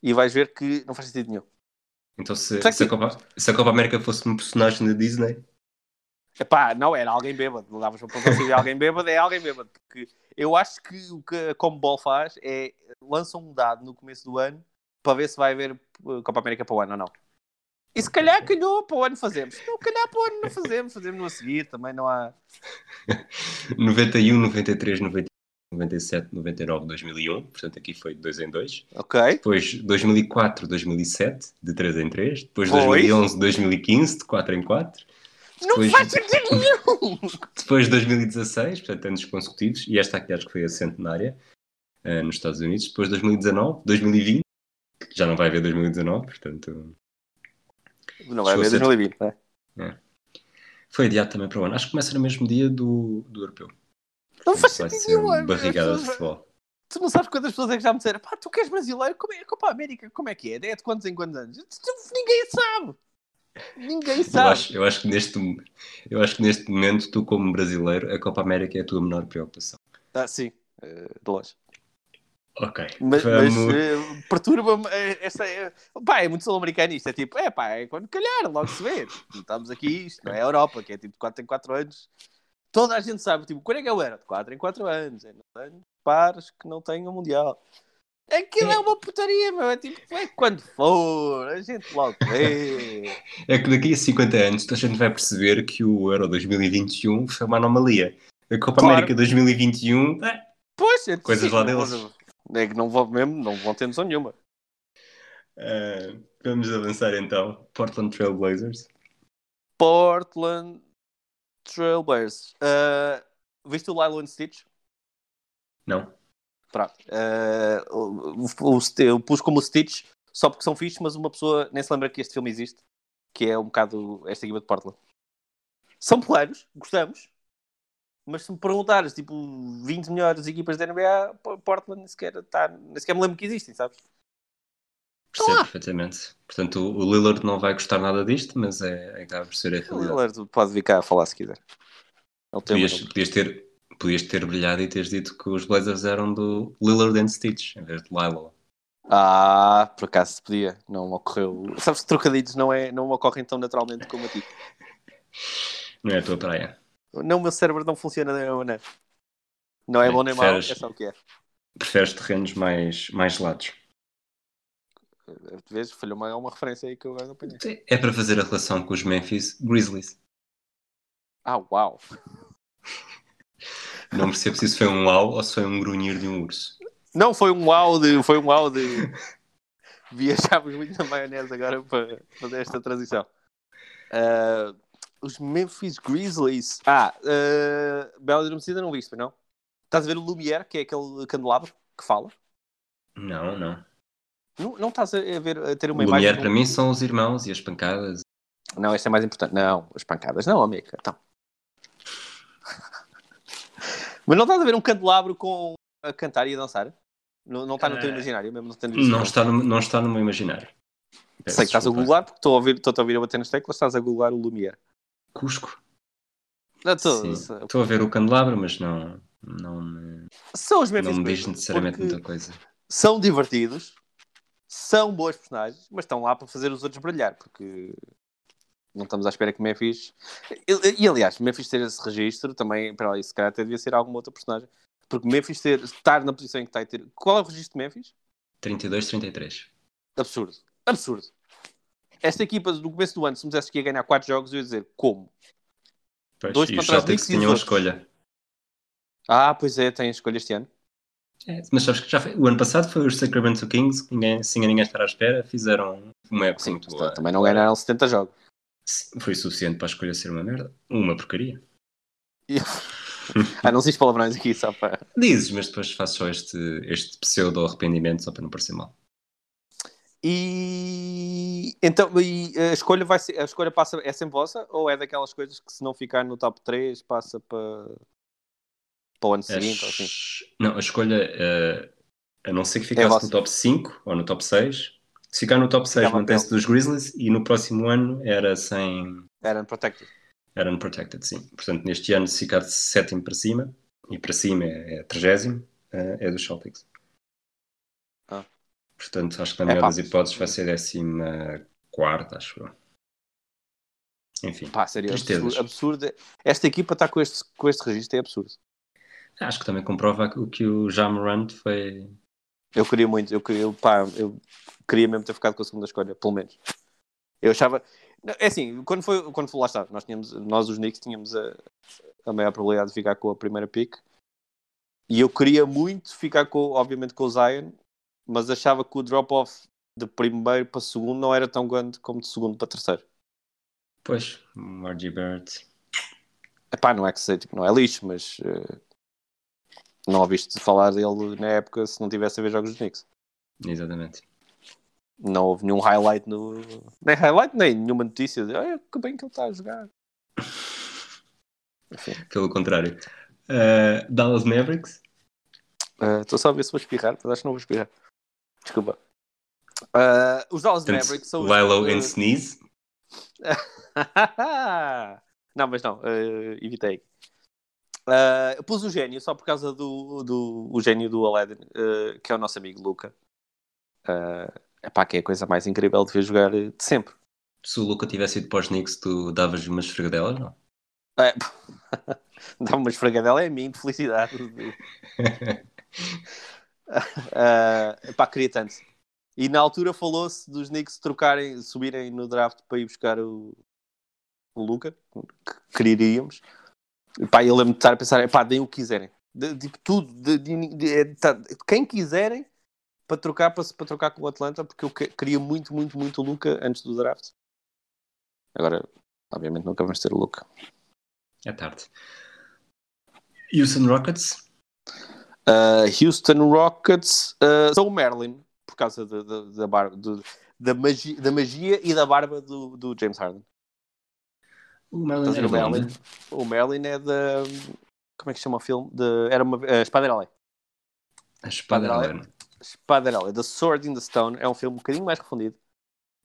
Speaker 5: e vais ver que não faz sentido nenhum.
Speaker 1: Então, se,
Speaker 5: Será que
Speaker 1: se, a
Speaker 5: sim?
Speaker 1: Copa, se a Copa América fosse um personagem da Disney,
Speaker 5: Epá, não era alguém bêbado. Não davas para conseguir alguém bêbado, é alguém bêbado. Porque eu acho que o que a Comebol faz é lança um dado no começo do ano para ver se vai haver eh, Copa América para o ano ou não. E se calhar calhou para o ano fazemos. Se não calhar para o ano não fazemos, fazemos no a seguir, também não há.
Speaker 1: 91, 93, 90, 97, 99, 2001, portanto aqui foi de 2 em 2.
Speaker 5: Ok.
Speaker 1: Depois 2004, 2007, de 3 em 3. Depois
Speaker 5: Pois.
Speaker 1: 2011, 2015, de 4 em 4.
Speaker 5: Não
Speaker 1: Depois-
Speaker 5: faz sentido nenhum!
Speaker 1: Depois 2016, portanto anos consecutivos, e esta aqui acho que foi a centenária eh, nos Estados Unidos. Depois 2019, 2020, que já não vai haver 2019, portanto
Speaker 5: Não vai haver
Speaker 1: Chegou a
Speaker 5: 2020, não é?
Speaker 1: foi adiado também para o ano. Acho que começa no mesmo dia do, do europeu.
Speaker 5: Não faz
Speaker 1: Vai
Speaker 5: sentido
Speaker 1: ser
Speaker 5: nenhum!
Speaker 1: uma
Speaker 5: as
Speaker 1: barrigada de
Speaker 5: pessoas-
Speaker 1: futebol.
Speaker 5: Tu não sabes quantas pessoas é que já me disseram, pá, tu que és brasileiro, como é a Copa América? Como é que é? É de quantos em quantos anos? Tu- Ninguém sabe! Ninguém
Speaker 1: Eu
Speaker 5: sabe!
Speaker 1: acho, eu, acho que neste, eu acho que neste momento, tu como brasileiro, a Copa América é a tua menor preocupação.
Speaker 5: Ah, sim, eh, de longe.
Speaker 1: Ok.
Speaker 5: Mas, mas,
Speaker 1: vamos-
Speaker 5: eh, perturba-me eh, esta. eh, Pá, é muito sul-americano isto. É tipo, é pá, é quando calhar, logo se vê. Não Estamos aqui, isto não é a Europa, que é tipo 4 em 4 anos. Toda a gente sabe, tipo, quando é que é o Euro? De 4 em 4 anos. É não anos pares que não tenham Mundial. Aquilo é.
Speaker 1: É.
Speaker 5: uma putaria, meu. É tipo, é quando for, a gente logo vê.
Speaker 1: É que daqui a 50 anos toda a gente vai perceber que o Euro 2021 foi uma anomalia. A Copa
Speaker 5: Claro.
Speaker 1: América 2021. eh,
Speaker 5: Pois, é
Speaker 1: Coisas lá
Speaker 5: não-
Speaker 1: deles.
Speaker 5: É que não vão mesmo, não vão ter noção nenhuma.
Speaker 1: eh, vamos avançar então. Portland Trail
Speaker 5: Tá
Speaker 1: Blazers.
Speaker 5: Portland Trailblazers. Ah, viste o Lilo and Stitch?
Speaker 1: Não.
Speaker 5: Pronto. Ah, o- o- o- eu pus como Stitch só porque são fixos, mas uma pessoa nem se lembra que este filme existe, que é um bocado esta equipa de Portland. São poleiros, gostamos, mas se me perguntares, tipo, 20 melhores equipas da NBA, P- Portland nem sequer, tá, nem sequer me lembro que existem, sabes?
Speaker 1: Percebo
Speaker 5: lá.
Speaker 1: perfeitamente. Portanto, o o Lillard não vai gostar nada disto, mas é, acaba por ser a
Speaker 5: O
Speaker 1: realidade.
Speaker 5: Lillard pode vir cá a falar se quiser. Ele tem
Speaker 1: Podias,
Speaker 5: uma-
Speaker 1: podias ter, podias ter brilhado e teres dito que os Blazers eram do Lillard and Stitch em vez de Lilo.
Speaker 5: Ah, por acaso podia, não me ocorreu. Sabes que trocadilhos não, é, não me ocorrem tão naturalmente como a ti.
Speaker 1: Não é a tua praia.
Speaker 5: Não, o meu cérebro não funciona da mesma maneira. Não é
Speaker 1: Bem,
Speaker 5: bom nem mau, é
Speaker 1: preferes-
Speaker 5: só o que é.
Speaker 1: Preferes terrenos mais, mais gelados.
Speaker 5: De vez falhou-me alguma referência aí que eu agora não apanhei.
Speaker 1: É para fazer a relação com os Memphis Grizzlies.
Speaker 5: Ah, uau!
Speaker 1: Não percebo se isso foi um au ou se foi um grunhir de um urso.
Speaker 5: Não, foi um uau de. Foi um uau de. Viajámos muito na maionese agora para fazer esta transição. Ah, os Memphis Grizzlies. Ah, ah, Bela Adormecida não viste, pois não? Estás a ver o Lumière, que é aquele candelabro que fala?
Speaker 1: Não, não.
Speaker 5: Não, não estás a, a ver, a ter
Speaker 1: O
Speaker 5: uma imagem.
Speaker 1: Lumière
Speaker 5: de um-
Speaker 1: para mim são os irmãos e as pancadas.
Speaker 5: Não, esta é mais importante. Não, as pancadas não, amigo. Então. Mas não estás a ver um candelabro com a cantar e a dançar? Não, não está no teu
Speaker 1: Eh,
Speaker 5: imaginário mesmo? Não, tendo visto?
Speaker 1: Não está no, não está no meu imaginário. Peço
Speaker 5: Sei que estás a
Speaker 1: desculpa.
Speaker 5: googlar, porque estou a ouvir, estou a ouvir a bater nas teclas, estás a googlar o Lumière.
Speaker 1: Cusco.
Speaker 5: Não, estou-
Speaker 1: Sim.
Speaker 5: são-
Speaker 1: Estou a ver o candelabro, mas não, não, me,
Speaker 5: são os Memphis
Speaker 1: não me diz
Speaker 5: Grizzlies,
Speaker 1: necessariamente
Speaker 5: porque
Speaker 1: muita coisa.
Speaker 5: São divertidos, são boas personagens, mas estão lá para fazer os outros brilhar, porque não estamos à espera que Memphis. E, e, aliás, Memphis ter esse registro também, para isso, se calhar até devia ser alguma outra personagem. Porque Memphis ter, estar na posição em que está e ter. Qual é o registro de Memphis?
Speaker 1: 32, 33.
Speaker 5: Absurdo. Absurdo. Esta equipa, no começo do ano, se me dissesse que ia ganhar 4 jogos, eu ia dizer como?
Speaker 1: Pois,
Speaker 5: Dois
Speaker 1: e
Speaker 5: para
Speaker 1: os
Speaker 5: trás,
Speaker 1: Celtics
Speaker 5: Knicks e os
Speaker 1: tinham a
Speaker 5: outros.
Speaker 1: escolha.
Speaker 5: Ah, pois é, tem escolha este ano.
Speaker 1: É, mas sabes que já foi, o ano passado foi os Sacramento Kings, que ninguém, sem ninguém estar à espera, fizeram uma época
Speaker 5: Sim,
Speaker 1: muito boa.
Speaker 5: também não ganharam 70 jogos.
Speaker 1: Sim, Foi suficiente para a escolha ser uma merda. Uma porcaria.
Speaker 5: ah, não se diz palavrões aqui, só para.
Speaker 1: Dizes, mas depois faço só este, este pseudo arrependimento só para não parecer mal.
Speaker 5: E Então, e a escolha, vai ser, a escolha passa, é sempre vossa ou é daquelas coisas que se não ficar no top 3 passa para, para o ano seguinte? ou assim?
Speaker 1: As- Não, a escolha, eh, a não ser que ficasse
Speaker 5: vossa.
Speaker 1: no top 5 ou no top 6, se ficar no top 6
Speaker 5: Ficava
Speaker 1: mantém-se dos Grizzlies e no próximo ano era sem.
Speaker 5: Era unprotected.
Speaker 1: Era unprotected, sim. Portanto, neste ano, se ficar de sétimo para cima, e para cima é é trigésimo, eh, é dos Celtics.
Speaker 5: Ah.
Speaker 1: Portanto, acho que na melhor
Speaker 5: pá.
Speaker 1: das hipóteses vai ser décima quarta, acho eu. Enfim,
Speaker 5: Pá, seria
Speaker 1: Tristezas.
Speaker 5: absurdo, absurdo. Esta equipa está com este, com este registro, é absurdo.
Speaker 1: acho que também comprova o que o Jamorant foi.
Speaker 5: Eu queria muito, eu queria, eu, pá, eu queria mesmo ter ficado com a segunda escolha, pelo menos. Eu achava. não, É assim, quando foi, quando foi lá está, nós, tínhamos, nós os Knicks tínhamos a, a maior probabilidade de ficar com a primeira pick. E eu queria muito ficar com, obviamente, com o Zion, mas achava que o drop-off de primeiro para segundo não era tão grande como de segundo para terceiro.
Speaker 1: Pois, o R.G. Barrett.
Speaker 5: Epá, não é que seja, tipo, não é lixo, mas eh, não ouviste falar dele na época se não tivesse a ver jogos dos Knicks.
Speaker 1: Exatamente.
Speaker 5: Não houve nenhum highlight no. Nem highlight, nem nenhuma notícia de olha que bem que ele está a jogar.
Speaker 1: Pelo contrário. Uh, Dallas Mavericks.
Speaker 5: Eh, Estou só a ver se vou espirrar, mas acho que não vou espirrar. Desculpa. Eh, os Dallas
Speaker 1: Portanto,
Speaker 5: Mavericks são os.
Speaker 1: Lilo
Speaker 5: eh,
Speaker 1: and Sneeze.
Speaker 5: não, mas não, eh, evitei. Eh, eu pus o gênio só por causa do, do o gênio do Aladdin, eh, que é o nosso amigo Luca. É epá, que é a coisa mais incrível de ver jogar eh, de sempre.
Speaker 1: Se o Luca tivesse ido para os Knicks, tu davas-lhe umas esfregadelas, não?
Speaker 5: É, Dá-me uma esfregadela é a mim, de felicidade. Eh, epá, queria tanto. E na altura falou-se dos Knicks trocarem, subirem no draft para ir buscar o, o Luca, que queríamos. Epá, eu lembro de estar a pensar, epá, deem o que quiserem. De, tipo, tudo. de- de- de- é, tá, quem quiserem para trocar, para, se- para trocar com o Atlanta, porque eu que- queria muito, muito, muito o Luca antes do draft. Agora, obviamente, nunca vamos ter o Luca.
Speaker 1: É tarde. Houston Rockets.
Speaker 5: Uh, Houston Rockets uh, são o Merlin por causa da- da- da barba do- da, magi- da magia e da barba do, do James Harden.
Speaker 1: O Maryland
Speaker 5: Estás a ver
Speaker 1: era
Speaker 5: o Merlin?
Speaker 1: Maryland.
Speaker 5: O Merlin é da como é que se chama o filme? De, era uma eh, a Espada Herói.
Speaker 1: A espada
Speaker 5: Padre
Speaker 1: era Maryland.
Speaker 5: Espada Herói, The Sword in the Stone é um filme um bocadinho mais confundido.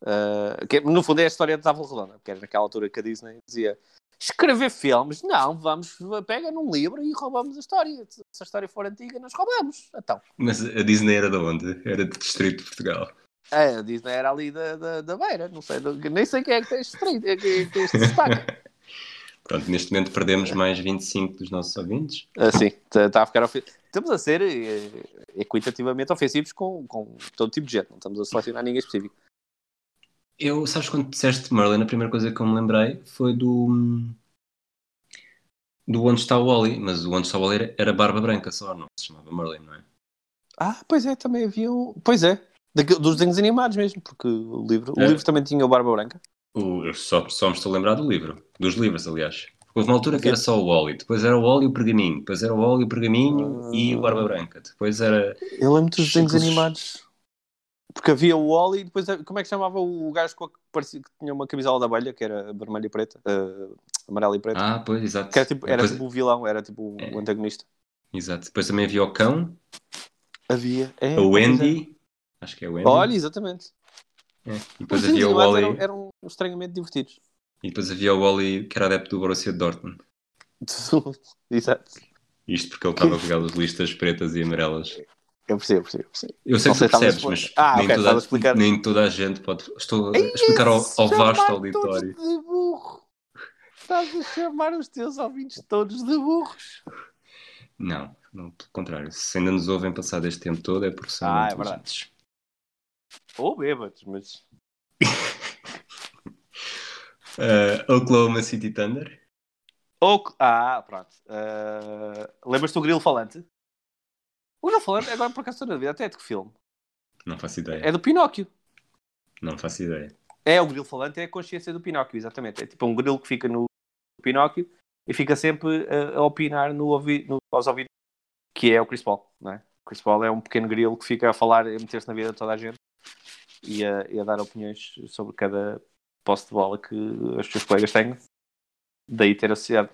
Speaker 5: Uh, que, no fundo é a história da Távola Redonda, porque era naquela altura que a Disney dizia escrever filmes, não, vamos, pega num livro e roubamos a história. Se a história for antiga, nós roubamos. Então.
Speaker 1: Mas a Disney era de onde? Era do Distrito de Portugal.
Speaker 5: É, a Disney era ali da, da, da beira, não sei, não- nem sei quem é que tem este, trin- é que tem este destaque.
Speaker 1: Pronto, neste momento perdemos mais 25 dos nossos ouvintes.
Speaker 5: Assim, está a ficar ofe- Estamos a ser eh, equitativamente ofensivos com, com todo tipo de gente, não estamos a selecionar ninguém específico.
Speaker 1: Eu, sabes quando disseste Merlin, a primeira coisa que eu me lembrei foi do. do Onde Está o Wally, mas o Onde Está o Wally era, era Barba Branca só, não se chamava Merlin, não é?
Speaker 5: Ah, pois é, também havia um. Pois é, daquele- dos desenhos animados mesmo, porque o livro, o
Speaker 1: É.
Speaker 5: livro também tinha o Barba Branca.
Speaker 1: O- eu só, só me estou a lembrar do livro, dos livros, aliás. Houve uma altura que era só o Wally, depois era o Wally e o Pergaminho, depois era o Wally e o Pergaminho e
Speaker 5: Ah.
Speaker 1: o Barba Branca, depois era.
Speaker 5: Eu lembro dos desenhos
Speaker 1: Chico-
Speaker 5: animados. Porque havia o Wally e depois, como é que chamava o gajo com a, que, parecia, que tinha uma camisola da abelha, que era vermelha e preta, eh, amarela e preta?
Speaker 1: Ah, pois, exato.
Speaker 5: Que era tipo, era
Speaker 1: Depois-
Speaker 5: tipo um o vilão, era tipo
Speaker 1: É.
Speaker 5: o antagonista.
Speaker 1: Exato. Depois também havia o Cão,
Speaker 5: Havia. É,
Speaker 1: a
Speaker 5: pois
Speaker 1: Wendy, acho que é o
Speaker 5: é.
Speaker 1: Wendy,
Speaker 5: Olha, exatamente.
Speaker 1: É. e depois
Speaker 5: Os
Speaker 1: havia o
Speaker 5: individuais
Speaker 1: Wally,
Speaker 5: Eram, eram estranhamente divertidos.
Speaker 1: e depois havia o Wally que era adepto do Borussia Dortmund.
Speaker 5: Exato.
Speaker 1: Isto porque ele estava a pegar as listas pretas e amarelas.
Speaker 5: Eu percebo, eu percebo. eu percebo.
Speaker 1: Eu sei
Speaker 5: Não
Speaker 1: que
Speaker 5: sei,
Speaker 1: tu percebes,
Speaker 5: estava a
Speaker 1: mas
Speaker 5: explicar. Ah,
Speaker 1: nem,
Speaker 5: ok,
Speaker 1: toda,
Speaker 5: estava a explicar.
Speaker 1: nem toda a gente pode. Estou a explicar ao, ao
Speaker 5: Chamar
Speaker 1: vasto
Speaker 5: todos
Speaker 1: auditório.
Speaker 5: de burro. Estás a chamar os teus ouvintes todos de burros.
Speaker 1: Não, não, pelo contrário. Se ainda nos ouvem passar este tempo todo é porque são
Speaker 5: Ah, é
Speaker 1: muito
Speaker 5: verdade.
Speaker 1: inteligentes.
Speaker 5: Ou bêbados, mas.
Speaker 1: Ah, Oklahoma City Thunder.
Speaker 5: Ou... que- Ah, pronto. Ah, Lembras-te do grilo falante? O grilo falante, agora por acaso estou na dúvida, até é de que filme?
Speaker 1: Não faço ideia.
Speaker 5: É do Pinóquio.
Speaker 1: Não faço ideia.
Speaker 5: É, o grilo falante é a consciência do Pinóquio, exatamente. É tipo um grilo que fica no Pinóquio e fica sempre uh, a opinar no ouvi- no- aos ouvidos, que é o Chris Paul, não é? O Chris Paul é um pequeno grilo que fica a falar e a meter-se na vida de toda a gente. e a, e a dar opiniões sobre cada posse de bola que os seus colegas têm. Daí ter associado.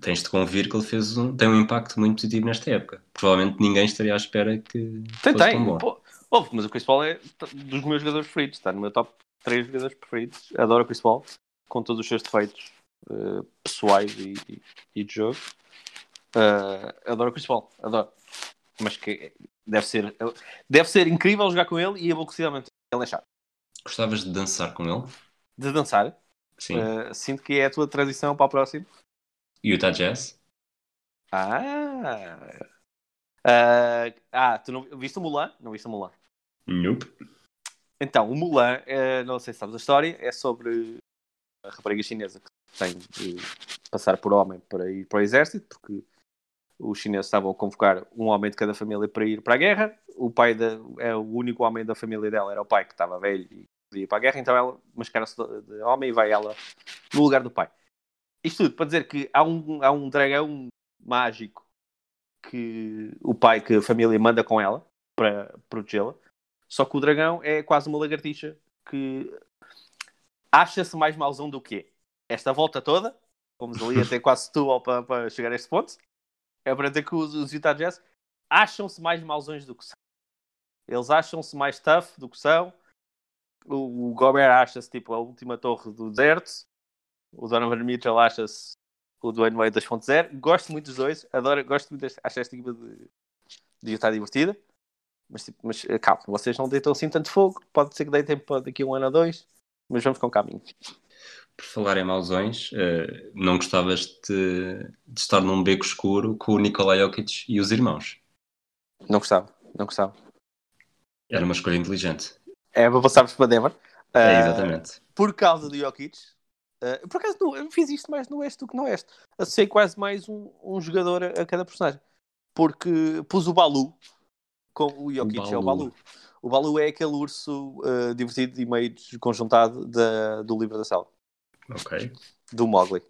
Speaker 1: Tens de convir que ele fez um, tem um impacto muito positivo nesta época. Provavelmente ninguém estaria à espera que.
Speaker 5: Tem,
Speaker 1: fosse
Speaker 5: tem.
Speaker 1: tão bom.
Speaker 5: Pô, ouve, mas o Chris Paul é t- dos meus jogadores preferidos. Está no meu top 3 jogadores preferidos. Adoro o Chris Paul, com todos os seus defeitos eh, pessoais e, e- e de jogo. Eh, adoro o Chris Paul, adoro. Mas que deve ser, deve ser incrível jogar com ele e aborrecidamente. Ele é chato.
Speaker 1: Gostavas de dançar com ele?
Speaker 5: De dançar,
Speaker 1: Sim.
Speaker 5: eh, sinto que é a tua transição para o próximo.
Speaker 1: Utah Jazz?
Speaker 5: Ah! Ah, ah, tu não viste o Mulan? Não viste o Mulan?
Speaker 1: Nope.
Speaker 5: Então, o Mulan, eh, não sei se sabes a história, é sobre a rapariga chinesa que tem de passar por homem para ir para o exército, porque os chineses estavam a convocar um homem de cada família para ir para a guerra. O pai da, é o único homem da família dela era o pai que estava velho e podia ir para a guerra, então ela mascara-se de de homem e vai ela no lugar do pai. Isto tudo para dizer que há um, há um dragão mágico que o pai, que a família manda com ela para protegê-la. Só que o dragão é quase uma lagartixa que acha-se mais mauzão do que é. Esta volta toda, fomos ali até quase tu para, para chegar a este ponto, é para dizer que os, os Utah Jazz acham-se mais mauzões do que são. Eles acham-se mais tough do que são. O, o Gobert acha-se tipo a última torre do deserto. O Donovan Mitchell acha-se o Dwayne Wade 2.0. Gosto muito dos dois. Adoro, gosto muito. deste- Acho esta equipa de, de Utah divertida. Mas, tipo, mas eh, calma, vocês não deitam assim tanto fogo. Pode ser que deitem para daqui a um ano ou dois. Mas vamos com caminho.
Speaker 1: Por falar em mausões, eh, não gostavas de, de estar num beco escuro com o Nikola Jokic e os irmãos?
Speaker 5: Não gostava, não gostava.
Speaker 1: Era uma escolha inteligente.
Speaker 5: É para passarmos para Denver.
Speaker 1: É,
Speaker 5: Ah,
Speaker 1: exatamente.
Speaker 5: por causa do Jokic. eh, por acaso, não, eu fiz isto mais no Oeste do que no Oeste. Associei quase mais um, um jogador a, a cada personagem. Porque pus o Balu com o Jokic, é o
Speaker 1: Balu.
Speaker 5: Balu. O Balu é aquele urso eh, divertido e meio desconjuntado da, do livro da sala.
Speaker 1: Ok.
Speaker 5: do Mowgli.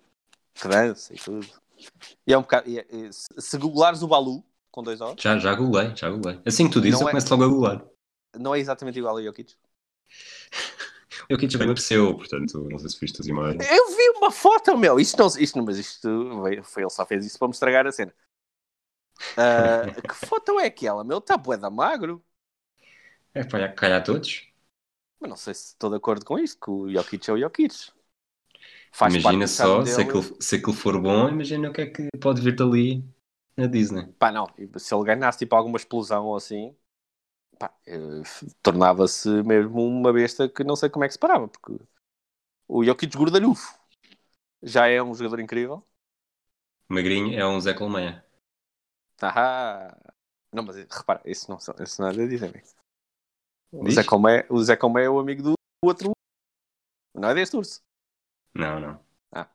Speaker 5: Que dança e tudo. E é um bocado. e é- e se se googlares o Balu com dois olhos,
Speaker 1: Já, já googlei, já googlei. Assim que tu dizes,
Speaker 5: Não
Speaker 1: eu
Speaker 5: é-
Speaker 1: começo logo a googlar.
Speaker 5: não é exatamente igual ao Jokic.
Speaker 1: O Jokic bem apareceu, portanto, não sei se viste as imagens.
Speaker 5: Eu vi uma foto, meu! Isto não, isto não mas isto veio- foi ele só fez isso para me estragar a cena. Ah, que foto é aquela, meu? Está bué da magro.
Speaker 1: É para calhar todos.
Speaker 5: Mas não sei se estou de acordo com isto, que o Jokic é o Jokic. Faz
Speaker 1: imagina
Speaker 5: parte do
Speaker 1: só,
Speaker 5: charme
Speaker 1: se
Speaker 5: dele.
Speaker 1: aquilo, se aquilo for bom, imagina o que é que pode vir dali na Disney.
Speaker 5: Pá, não. Se ele ganhasse tipo alguma explosão ou assim, pá, eh, f- tornava-se mesmo uma besta que não sei como é que se parava, porque o Jokic Gordalhufo já é um jogador incrível.
Speaker 1: Magrinho é um Zé Colmeia.
Speaker 5: Ahá. Não, mas eh, repara, isso não, são- isso não é nada a dizer, amigo. O
Speaker 1: Diz?
Speaker 5: Um Zé, Colmeia, o Zé Colmeia é o amigo do outro urso. Não é deste urso.
Speaker 1: Não, não.
Speaker 5: Ah.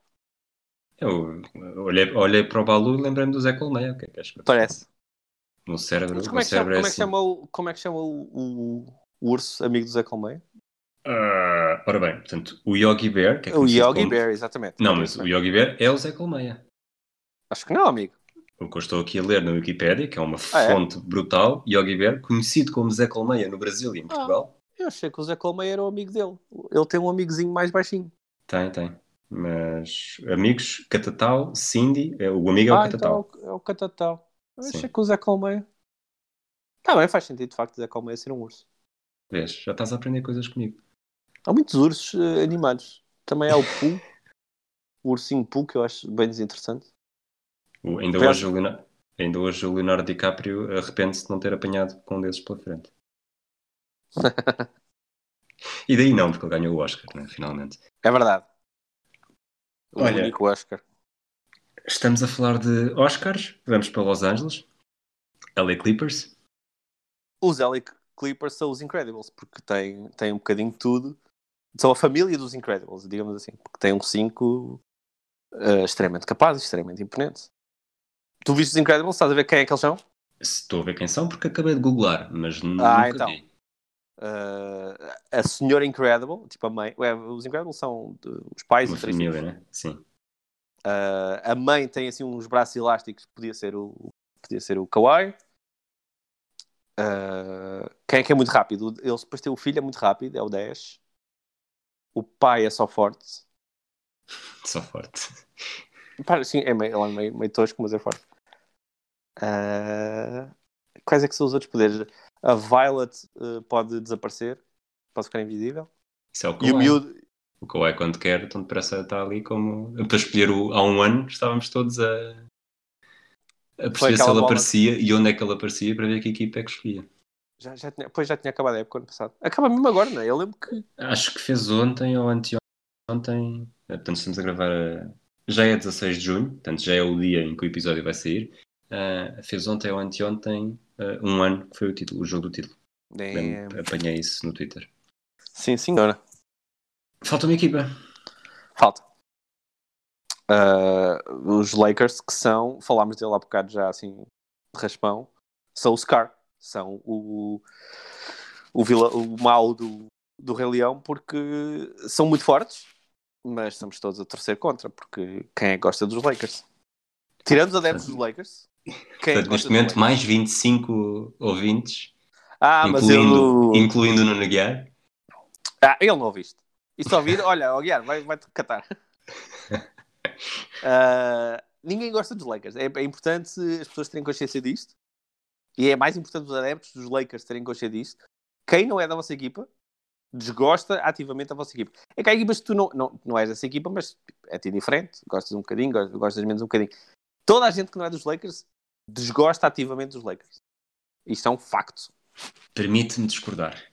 Speaker 1: Eu olhei, olhei para o Balu e lembrei-me do Zé Colmeia. O que é que és?
Speaker 5: Parece.
Speaker 1: No cérebro,
Speaker 5: Então, Mas
Speaker 1: o
Speaker 5: como é que chama,
Speaker 1: cérebro
Speaker 5: como é que
Speaker 1: assim.
Speaker 5: chama o, como é que chama o, o- o urso amigo do Zé Colmeia?
Speaker 1: Ah, ora bem, portanto, o Yogi Bear... Que é
Speaker 5: o
Speaker 1: conhecido
Speaker 5: Yogi
Speaker 1: como-
Speaker 5: Bear, exatamente.
Speaker 1: Não, mas o Yogi Bear é o Zé Colmeia.
Speaker 5: Acho que não, amigo.
Speaker 1: O que eu estou aqui a ler na Wikipédia, que é uma
Speaker 5: Ah, é?
Speaker 1: fonte brutal, Yogi Bear, conhecido como Zé Colmeia no Brasil
Speaker 5: Ah.
Speaker 1: e em Portugal.
Speaker 5: Eu achei que o Zé Colmeia era o amigo dele. Ele tem um amigozinho mais baixinho.
Speaker 1: Tem, tem. Mas amigos, Catatau, Cindy, é, o amigo é o
Speaker 5: ah,
Speaker 1: Catatau.
Speaker 5: então é o, é o Catatau. Eu
Speaker 1: Sim.
Speaker 5: achei que o Zé Colmeia. Tá bem, faz sentido de facto o Zé Colmeia ser um urso.
Speaker 1: Vês, já estás a aprender coisas comigo.
Speaker 5: Há muitos ursos eh, animados. Também há o Pooh. o ursinho Pooh, que eu acho bem desinteressante.
Speaker 1: O- ainda,
Speaker 5: Vês?
Speaker 1: hoje, o Leonardo, ainda hoje o Leonardo DiCaprio arrepende-se de não ter apanhado com um desses pela frente. e daí não, porque ele ganhou o Oscar, né, finalmente.
Speaker 5: É verdade. O
Speaker 1: Olha.
Speaker 5: único Oscar.
Speaker 1: Estamos a falar de Oscars, vamos para Los Angeles. LA Clippers,
Speaker 5: Os LA Clippers são os Incredibles, porque têm, têm um bocadinho de tudo. São a família dos Incredibles, digamos assim. Porque têm um cinco eh, extremamente capazes, extremamente imponentes. Tu viste os Incredibles? Estás a ver quem é que eles são?
Speaker 1: estou a ver quem são porque acabei de googlar, mas n-
Speaker 5: Ah,
Speaker 1: nunca
Speaker 5: então.
Speaker 1: vi.
Speaker 5: Eh, a senhora Incredible, tipo a mãe. Ué, os Incredibles são de- os pais
Speaker 1: Uma
Speaker 5: e três
Speaker 1: família,
Speaker 5: filhos.
Speaker 1: né? Sim.
Speaker 5: Eh, a mãe tem assim uns braços elásticos que podia ser o, podia ser o Kawhi. Ah, quem é que é muito rápido? Eles depois têm o filho, é muito rápido, é o 10. O pai é só forte.
Speaker 1: Só forte.
Speaker 5: Pá, sim, é meio, ele é meio, meio tosco, mas é forte. Ah, quais é que são os outros poderes? A Violet eh, pode desaparecer, pode ficar invisível.
Speaker 1: Isso é o
Speaker 5: E o
Speaker 1: Kawhi.
Speaker 5: miúdo,
Speaker 1: O Kawhi quando quer, tão depressa está ali como... Para escolher o... Há um ano estávamos todos a... A perceber se
Speaker 5: aquela
Speaker 1: ele
Speaker 5: bola.
Speaker 1: aparecia e onde é que ele aparecia para ver que equipa é que escolhia.
Speaker 5: já, já tinha, pois já tinha acabado a época ano passado. Acaba mesmo agora, não é? Eu lembro que.
Speaker 1: Acho que fez ontem ou anteontem. Eh, Portanto, estamos a gravar. eh, Já é 16 de junho, portanto, já é o dia em que o episódio vai sair. Ah, fez ontem ou anteontem eh, um ano que foi o título, o jogo do título.
Speaker 5: É,
Speaker 1: Lembro- Apanhei isso no Twitter.
Speaker 5: Sim, senhora.
Speaker 1: Falta uma equipa.
Speaker 5: Falta. Ah, os Lakers, que são, falámos dele há bocado já assim, de raspão, são o Scar. São o, o, vila, o mal do, do Rei Leão, porque são muito fortes, mas estamos todos a torcer contra, porque quem é que gosta dos Lakers? Tirando os adeptos dos Lakers, quem é que
Speaker 1: Portanto,
Speaker 5: gosta
Speaker 1: neste
Speaker 5: dos
Speaker 1: momento,
Speaker 5: Lakers?
Speaker 1: mais 25 ouvintes,
Speaker 5: Ah, mas
Speaker 1: incluindo,
Speaker 5: eu.
Speaker 1: incluindo o Nuno Guiar.
Speaker 5: Ah, ele não ouviste. E só vir, olha, ó Guiar, vai- vai-te catar. Ah, ninguém gosta dos Lakers. É, é importante as pessoas terem consciência disto. E é mais importante os adeptos dos Lakers terem consciência disto. Quem não é da vossa equipa, desgosta ativamente da vossa equipa. É que há equipas que tu não, não, não és dessa equipa, mas é ti diferente. Gostas um bocadinho, gostas, gostas menos um bocadinho. Toda a gente que não é dos Lakers, desgosta ativamente dos Lakers. Isto é um facto.
Speaker 1: Permite-me discordar.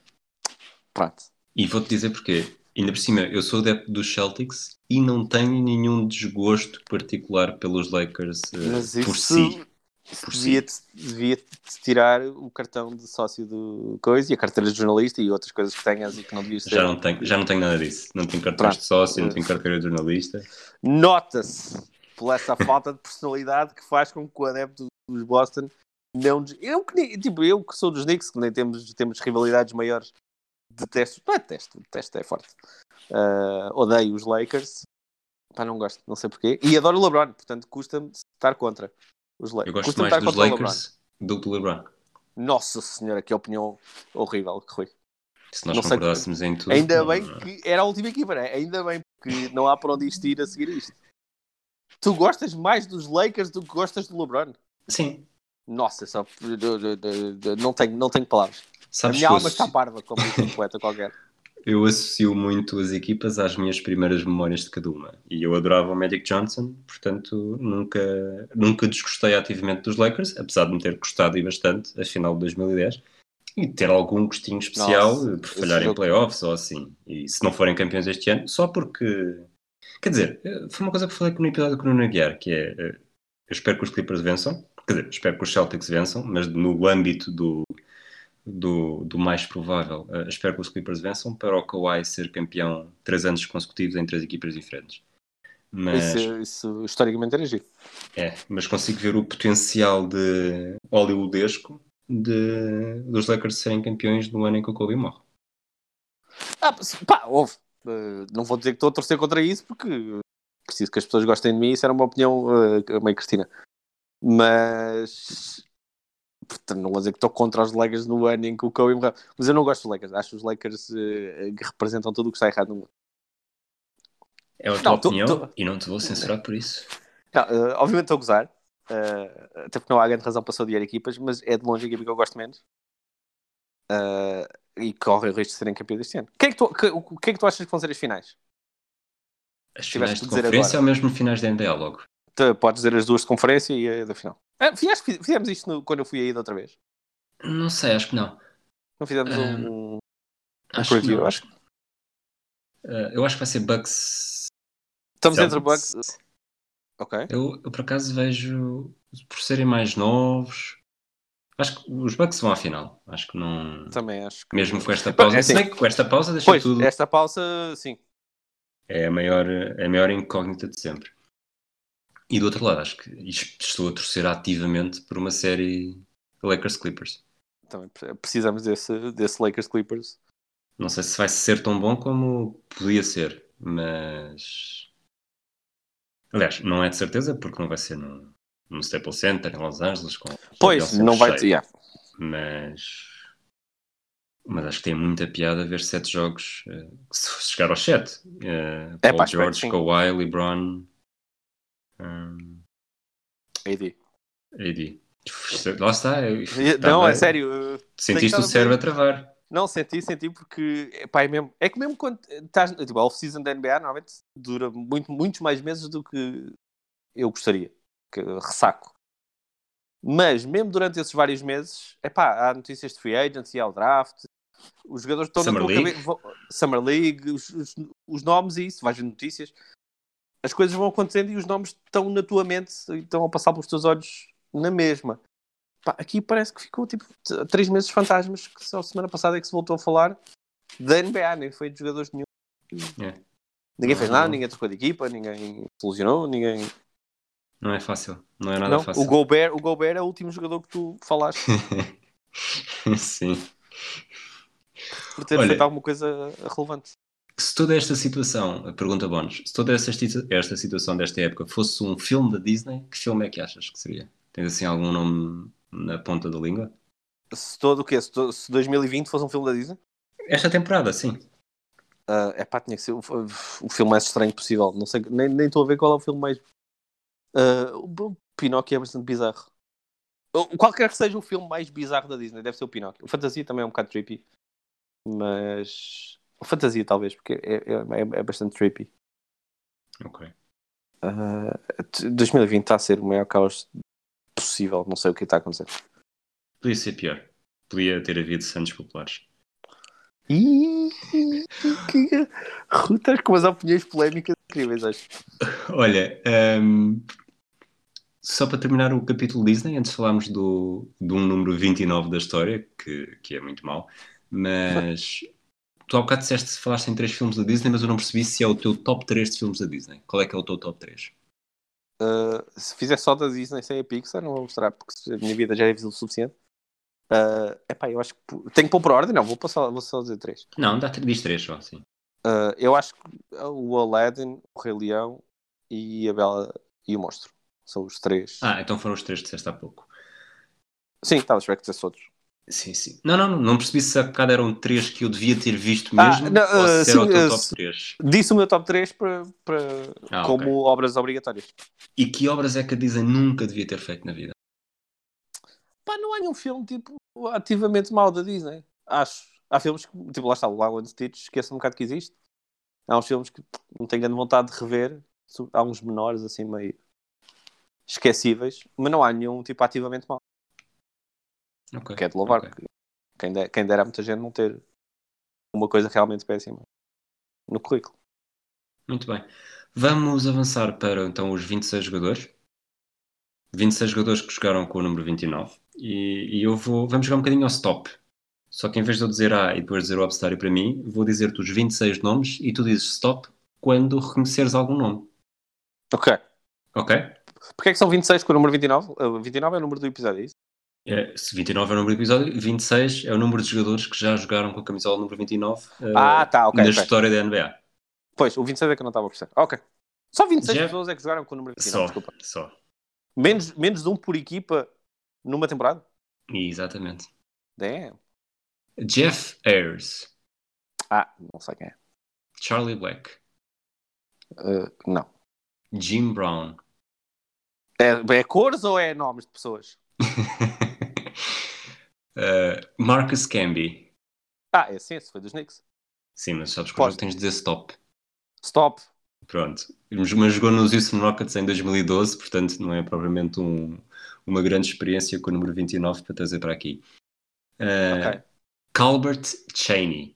Speaker 5: Pronto.
Speaker 1: E vou-te dizer porquê. Ainda por cima, eu sou adepto dos Celtics e não tenho nenhum desgosto particular pelos Lakers eh,
Speaker 5: Mas
Speaker 1: por
Speaker 5: isso-
Speaker 1: si.
Speaker 5: Isso
Speaker 1: Por si.
Speaker 5: devia-te devia-te tirar o cartão de sócio do coisa e a carteira de jornalista e outras coisas que tenhas e que não devias ter.
Speaker 1: Já não, tenho, já não tenho nada disso. Não tenho cartões
Speaker 5: Pronto.
Speaker 1: de sócio, não tenho carteira de jornalista.
Speaker 5: Nota-se pela essa falta de personalidade que faz com que o adepto dos Boston não. des- Eu que, nem- tipo, eu que sou dos Knicks, que nem temos, temos rivalidades maiores, detesto. Não é detesto, detesto é forte. Ah, odeio os Lakers. Pá, não gosto, não sei porquê. E adoro o LeBron, portanto custa-me estar contra os Lakers.
Speaker 1: Eu gosto
Speaker 5: Custa-me
Speaker 1: mais
Speaker 5: estar
Speaker 1: dos
Speaker 5: contra o
Speaker 1: Lakers do que do LeBron.
Speaker 5: LeBron. Nossa Senhora, que opinião horrível que foi.
Speaker 1: Se nós
Speaker 5: Não sei
Speaker 1: concordássemos em tudo. eh,
Speaker 5: Ainda
Speaker 1: não-
Speaker 5: bem que era a última equipa, né? Ainda bem que não há para onde isto ir a seguir isto. Tu gostas mais dos Lakers do que gostas do LeBron?
Speaker 1: Sim.
Speaker 5: Nossa, só não tenho, não tenho palavras. A
Speaker 1: Sabes que
Speaker 5: minha
Speaker 1: eu,
Speaker 5: alma
Speaker 1: associo,
Speaker 5: está parva, como diz um poeta qualquer.
Speaker 1: eu associo muito as equipas às minhas primeiras memórias de cada uma. E eu adorava o Magic Johnson, portanto nunca, nunca desgostei ativamente dos Lakers, apesar de me ter gostado e bastante a final de 2010. E ter algum gostinho especial
Speaker 5: Nossa,
Speaker 1: eh, por
Speaker 5: esse
Speaker 1: falhar em
Speaker 5: jogo.
Speaker 1: playoffs ou assim. E se não forem campeões este ano, só porque Quer dizer, eh, foi uma coisa que eu falei no episódio com o Nuno Aguiar, que é eh, eu espero que os Clippers vençam, quer dizer, espero que os Celtics vençam, mas no âmbito do, do, do mais provável, eh, espero que os Clippers vençam para o Kawhi ser campeão três anos consecutivos em três equipas diferentes. Mas,
Speaker 5: Isso, isso historicamente era giro.
Speaker 1: é, mas consigo ver o potencial de hollywoodesco de, dos Lakers serem campeões no ano em que o Kobe morre.
Speaker 5: Ah, pá, houve. Eh, não vou dizer que estou a torcer contra isso porque preciso que as pessoas gostem de mim. Isso era uma opinião eh, meio cristina. Mas. Portanto, não vou dizer que estou contra os Lakers no ano em que o Kobe morreu. Mas eu não gosto dos Lakers. Acho que os Lakers eh, que representam tudo o que está errado no mundo.
Speaker 1: É a tua
Speaker 5: Não, tu-
Speaker 1: opinião
Speaker 5: tu-
Speaker 1: e não te vou censurar por isso.
Speaker 5: Não, eh, obviamente estou a gozar. eh, até porque não há grande razão para odiar equipas, mas é de longe a equipa que eu gosto menos. Eh, e corre o risco de serem campeões deste ano. Quem é que tu- que- O que é que tu achas que vão ser as finais?
Speaker 1: As
Speaker 5: Tiveste
Speaker 1: finais
Speaker 5: de
Speaker 1: de
Speaker 5: dizer
Speaker 1: conferência
Speaker 5: agora.
Speaker 1: ou mesmo finais de NBA logo?
Speaker 5: Tu Então, podes dizer as duas de conferência e a da final. Ah, fi- acho que fiz- fizemos isto no- quando eu fui aí da outra vez.
Speaker 1: Não sei, acho que não.
Speaker 5: Não fizemos um. um-
Speaker 1: Acho que
Speaker 5: preview,
Speaker 1: não,
Speaker 5: acho
Speaker 1: acho que- Eh, eu acho que vai ser Bucks.
Speaker 5: Estamos
Speaker 1: Celtics.
Speaker 5: entre Bucks. Ok.
Speaker 1: Eu, eu por acaso vejo, por serem mais novos, acho que os Bucks vão à final. Acho que não.
Speaker 5: Também acho que.
Speaker 1: Mesmo com esta
Speaker 5: Bom,
Speaker 1: pausa,
Speaker 5: é
Speaker 1: se bem
Speaker 5: assim.
Speaker 1: que com esta pausa deixa
Speaker 5: Pois, é.
Speaker 1: tudo.
Speaker 5: esta pausa, sim.
Speaker 1: É a maior, é a maior incógnita de sempre. E do outro lado, acho que isto- estou a torcer ativamente por uma série Lakers Clippers.
Speaker 5: Também pre- precisamos desse, desse Lakers Clippers.
Speaker 1: Não sei se vai ser tão bom como podia ser, mas. Aliás, não é de certeza, porque não vai ser no, no Staples Center, em Los Angeles. Com, com o
Speaker 5: Pois,
Speaker 1: Bell sempre
Speaker 5: não vai.
Speaker 1: cheio.
Speaker 5: Yeah.
Speaker 1: Mas. Mas acho que tem muita piada ver sete jogos. eh, se chegar aos sete. eh,
Speaker 5: É,
Speaker 1: Paul
Speaker 5: pá, espero que
Speaker 1: George,
Speaker 5: sim.
Speaker 1: Kawhi, LeBron. hum,
Speaker 5: AD.
Speaker 1: AD. Lá está. eu- tá
Speaker 5: Não,
Speaker 1: bem.
Speaker 5: é sério. eh,
Speaker 1: Sentiste
Speaker 5: Tem
Speaker 1: o
Speaker 5: que estar
Speaker 1: cérebro a travar.
Speaker 5: Não, senti, senti porque epá, é, mesmo, é que mesmo quando estás. Tipo, a off-season da NBA normalmente dura muito, muitos mais meses do que eu gostaria, que ressaco. Mas mesmo durante esses vários meses, epá, há notícias de free agency, há o draft, os jogadores estão
Speaker 1: Summer
Speaker 5: na tua
Speaker 1: League.
Speaker 5: cabeça. vão- Summer League, os, os- os nomes e isso, vais ver notícias. As coisas vão acontecendo e os nomes estão na tua mente e estão a passar pelos teus olhos na mesma. Pá, aqui parece que ficou tipo t- três meses fantasmas, que só semana passada é que se voltou a falar da NBA, nem foi de jogadores nenhum.
Speaker 1: É.
Speaker 5: Ninguém fez nada, ninguém trocou de equipa, ninguém se lesionou, ninguém.
Speaker 1: Não é fácil. Não é nada
Speaker 5: Não,
Speaker 1: fácil.
Speaker 5: o, Gobert, o Gobert é o último jogador que tu falaste
Speaker 1: Sim.
Speaker 5: por ter
Speaker 1: Olha.
Speaker 5: feito alguma coisa relevante.
Speaker 1: Se toda esta situação, a pergunta bónus, se toda esta, esti- esta situação desta época fosse um filme da Disney, que filme é que achas que seria? Tens assim algum nome na ponta da língua?
Speaker 5: Se todo o quê? Se, to- se 2020 fosse um filme da Disney?
Speaker 1: Esta temporada, sim.
Speaker 5: é pá, tinha que ser o, o filme mais estranho possível. Não sei, nem nem estou a ver qual é o filme mais. Ah, o o Pinóquio é bastante bizarro. Ou Qualquer que seja o filme mais bizarro da Disney, deve ser o Pinóquio. O Fantasia também é um bocado trippy, mas. O Fantasia, talvez, porque é, é- é- é bastante trippy.
Speaker 1: Ok.
Speaker 5: Ah, t- 2020 está a ser o maior caos possível. Não sei o que está a acontecer.
Speaker 1: Podia ser pior. Podia ter havido Santos Populares.
Speaker 5: Ih, que... Rutas com umas opiniões polémicas incríveis, acho.
Speaker 1: Olha, hum, só para terminar o capítulo Disney, antes falámos do, de um número 29 da história, que, que é muito mau, mas tu há bocado disseste se falaste em três filmes da Disney, mas eu não percebi se é o teu top 3 de filmes da Disney. Qual é que é o teu top 3?
Speaker 5: Uh, se fizer só da Disney sem a Pixar, não vou mostrar, porque a minha vida já é visível o suficiente. Uh, epá, eu acho que pu- tenho que pôr por ordem, não, vou, pôr só, vou só dizer três.
Speaker 1: Não, dá, diz três só, sim.
Speaker 5: Uh, eu acho que o Aladdin, o Rei Leão e a Bela e o Monstro são os três.
Speaker 1: Ah, então foram os três que disseste há pouco.
Speaker 5: Sim, estava a esperar que dissesse outros.
Speaker 1: Sim, sim. Não, não, não, não percebi se há bocado eram três que eu devia ter visto
Speaker 5: Ah,
Speaker 1: mesmo
Speaker 5: não,
Speaker 1: ou se
Speaker 5: ah,
Speaker 1: era o
Speaker 5: sim,
Speaker 1: teu
Speaker 5: ah,
Speaker 1: top
Speaker 5: se-
Speaker 1: 3.
Speaker 5: Disse o meu top 3 para, para,
Speaker 1: Ah,
Speaker 5: como
Speaker 1: ok.
Speaker 5: obras obrigatórias.
Speaker 1: E que obras é que a Disney nunca devia ter feito na vida?
Speaker 5: Pá, não há nenhum filme tipo, ativamente mau da Disney. Acho. Há filmes que, tipo, lá está, o Lilo and Stitch, esqueço um bocado que existe. Há uns filmes que não tenho grande vontade de rever. So- Há uns menores, assim, meio esquecíveis. Mas não há nenhum, tipo, ativamente mau.
Speaker 1: Ok,
Speaker 5: Que é de louvar.
Speaker 1: ok.
Speaker 5: porque Quem, der, quem dera a muita gente não ter uma coisa realmente péssima no currículo.
Speaker 1: Muito bem. Vamos avançar para então os 26 jogadores. 26 jogadores que jogaram com o número 29. E, e eu vou. Vamos jogar um bocadinho ao stop. Só que em vez de eu dizer A e depois dizer o obstário para mim, vou dizer-te os 26 nomes e tu dizes stop quando reconheceres algum nome.
Speaker 5: Ok.
Speaker 1: Ok?
Speaker 5: Porquê é que são 26 com o número 29? Ah, 29 é o número do episódio, é isso?
Speaker 1: É, se 29 é o número do episódio, 26 é o número de jogadores que já jogaram com a camisola número 29 eh,
Speaker 5: ah, tá, ok.
Speaker 1: na
Speaker 5: ok.
Speaker 1: história da NBA.
Speaker 5: Pois, o 26 é que eu não estava a perceber. Ok. Só 26
Speaker 1: Já-
Speaker 5: pessoas é que jogaram com o número 29,
Speaker 1: Só,
Speaker 5: desculpa.
Speaker 1: só.
Speaker 5: Menos, menos de um por equipa numa temporada? É,
Speaker 1: Exatamente.
Speaker 5: Damn.
Speaker 1: Jeff Ayers,
Speaker 5: Ah, não sei quem é.
Speaker 1: Charlie Black,
Speaker 5: Uh, não.
Speaker 1: Jim Brown,
Speaker 5: É, é cores ou é nomes de pessoas?
Speaker 1: Uh, Marcus Camby.
Speaker 5: Ah, é sim, esse foi dos Knicks.
Speaker 1: Sim, mas sabes quando
Speaker 5: Pode.
Speaker 1: tens de dizer stop.
Speaker 5: Stop.
Speaker 1: Pronto. Mas mas jogou nos Houston Rockets em 2012, portanto não é propriamente um- uma grande experiência com o número 29 para trazer para aqui. Uh,
Speaker 5: Ok.
Speaker 1: Calbert Cheney.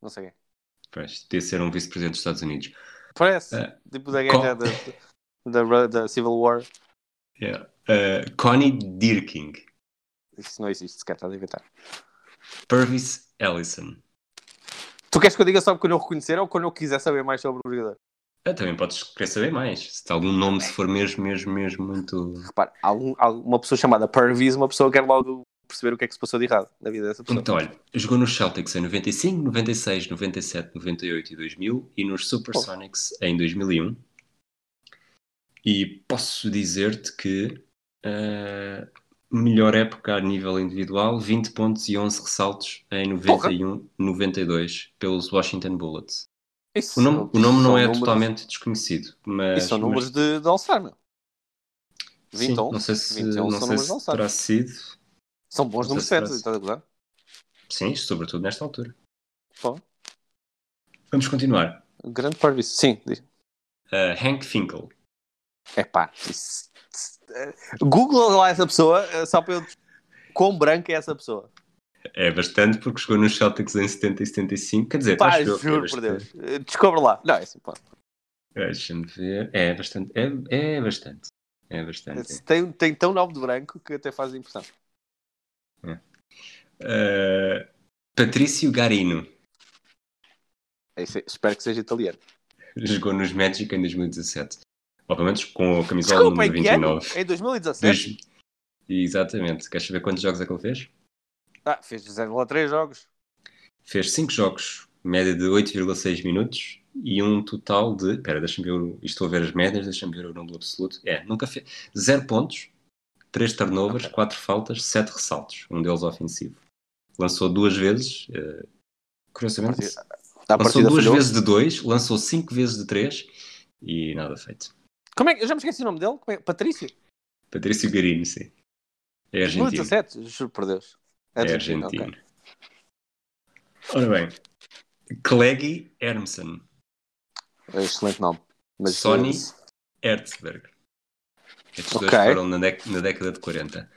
Speaker 5: Não sei quem. é.
Speaker 1: Pois, podia ser um vice-presidente dos Estados Unidos.
Speaker 5: Parece.
Speaker 1: É.
Speaker 5: Tipo da guerra da, da, Ru- da Civil War.
Speaker 1: Yeah. Uh, Connie Dirking.
Speaker 5: Isso não existe sequer, estás a inventar.
Speaker 1: Purvis Ellison.
Speaker 5: Tu queres que eu diga só quando eu reconhecer ou quando eu quiser saber mais sobre o jogador?
Speaker 1: Ah, também podes querer saber mais. Se algum nome se for mesmo, mesmo, mesmo muito.
Speaker 5: Repara, há um- há uma pessoa chamada Purvis, uma pessoa quer logo perceber o que é que se passou de errado na vida dessa pessoa.
Speaker 1: Então, olha, jogou nos Celtics em 95, 96, 97, 98 e 2000 e nos Supersonics em 2001. E posso dizer-te que eh, melhor época a nível individual, 20 pontos e 11 ressaltos em 91-92 pelos Washington Bullets.
Speaker 5: Isso
Speaker 1: O nome, o nome
Speaker 5: são
Speaker 1: não é
Speaker 5: números-
Speaker 1: totalmente desconhecido, mas.
Speaker 5: Isso são
Speaker 1: É, mas-
Speaker 5: números de, um. de All-Star, meu.
Speaker 1: sim,
Speaker 5: 20 a 11,
Speaker 1: Não sei se,
Speaker 5: 20 a 11
Speaker 1: não
Speaker 5: são
Speaker 1: sei
Speaker 5: números
Speaker 1: se
Speaker 5: não
Speaker 1: terá
Speaker 5: sabes.
Speaker 1: sido.
Speaker 5: São bons
Speaker 1: Não
Speaker 5: números
Speaker 1: sei se
Speaker 5: certos,
Speaker 1: parece.
Speaker 5: estás a gozar?
Speaker 1: Sim, sobretudo nesta altura.
Speaker 5: Pô,
Speaker 1: Vamos continuar.
Speaker 5: grande parvice. Sim, diz.
Speaker 1: Uh, Hank Finkel.
Speaker 5: Epá, isso- isso- eh, Google lá essa pessoa eh, só para eu. Quão branca é essa pessoa?
Speaker 1: É bastante porque jogou nos Celtics em 70 e 75. Quer dizer,
Speaker 5: Pá,
Speaker 1: acho eu que é
Speaker 5: juro por
Speaker 1: bastante.
Speaker 5: Deus. Eh, Descobre lá. Não, é assim, pá.
Speaker 1: Deixa-me ver. É bastante. É, é bastante. É bastante.
Speaker 5: Tem, tem tão nome de branco que até faz a impressão.
Speaker 1: Uh, Patrício Garino.
Speaker 5: Esse- É espero que seja italiano.
Speaker 1: Jogou nos Magic em 2017. Ou pelo menos com a camisola
Speaker 5: Desculpa, em
Speaker 1: número
Speaker 5: que ano?
Speaker 1: 29.
Speaker 5: Em 2017?
Speaker 1: Dois- Exatamente. Queres saber quantos jogos é que ele fez?
Speaker 5: Ah, fez 0,3 jogos.
Speaker 1: Fez 5 jogos, média de 8,6 minutos e um total de. Espera, deixa-me ver. o- Estou a ver as médias, deixa-me ver o número absoluto. É, nunca fez. 0 pontos, 3 turnovers, 4 faltas, 7 ressaltos, um deles ofensivo. Lançou duas vezes, eh, curiosamente.
Speaker 5: À
Speaker 1: lançou
Speaker 5: partida
Speaker 1: duas
Speaker 5: falhou.
Speaker 1: vezes de 2, lançou 5 vezes de 3 e nada feito.
Speaker 5: Como é que. Eu já me esqueci o nome dele? Como é? Patrício?
Speaker 1: Patrício Garino, sim. É argentino.
Speaker 5: 2017? Juro por Deus.
Speaker 1: É
Speaker 5: Argentina,
Speaker 1: argentino.
Speaker 5: ok.
Speaker 1: Ora bem, Clegg Hermsen.
Speaker 5: É Excelente nome. Mas, eh,
Speaker 1: Sony Herzberg. Estes
Speaker 5: Ok.
Speaker 1: dois foram na, dec- na década de 40.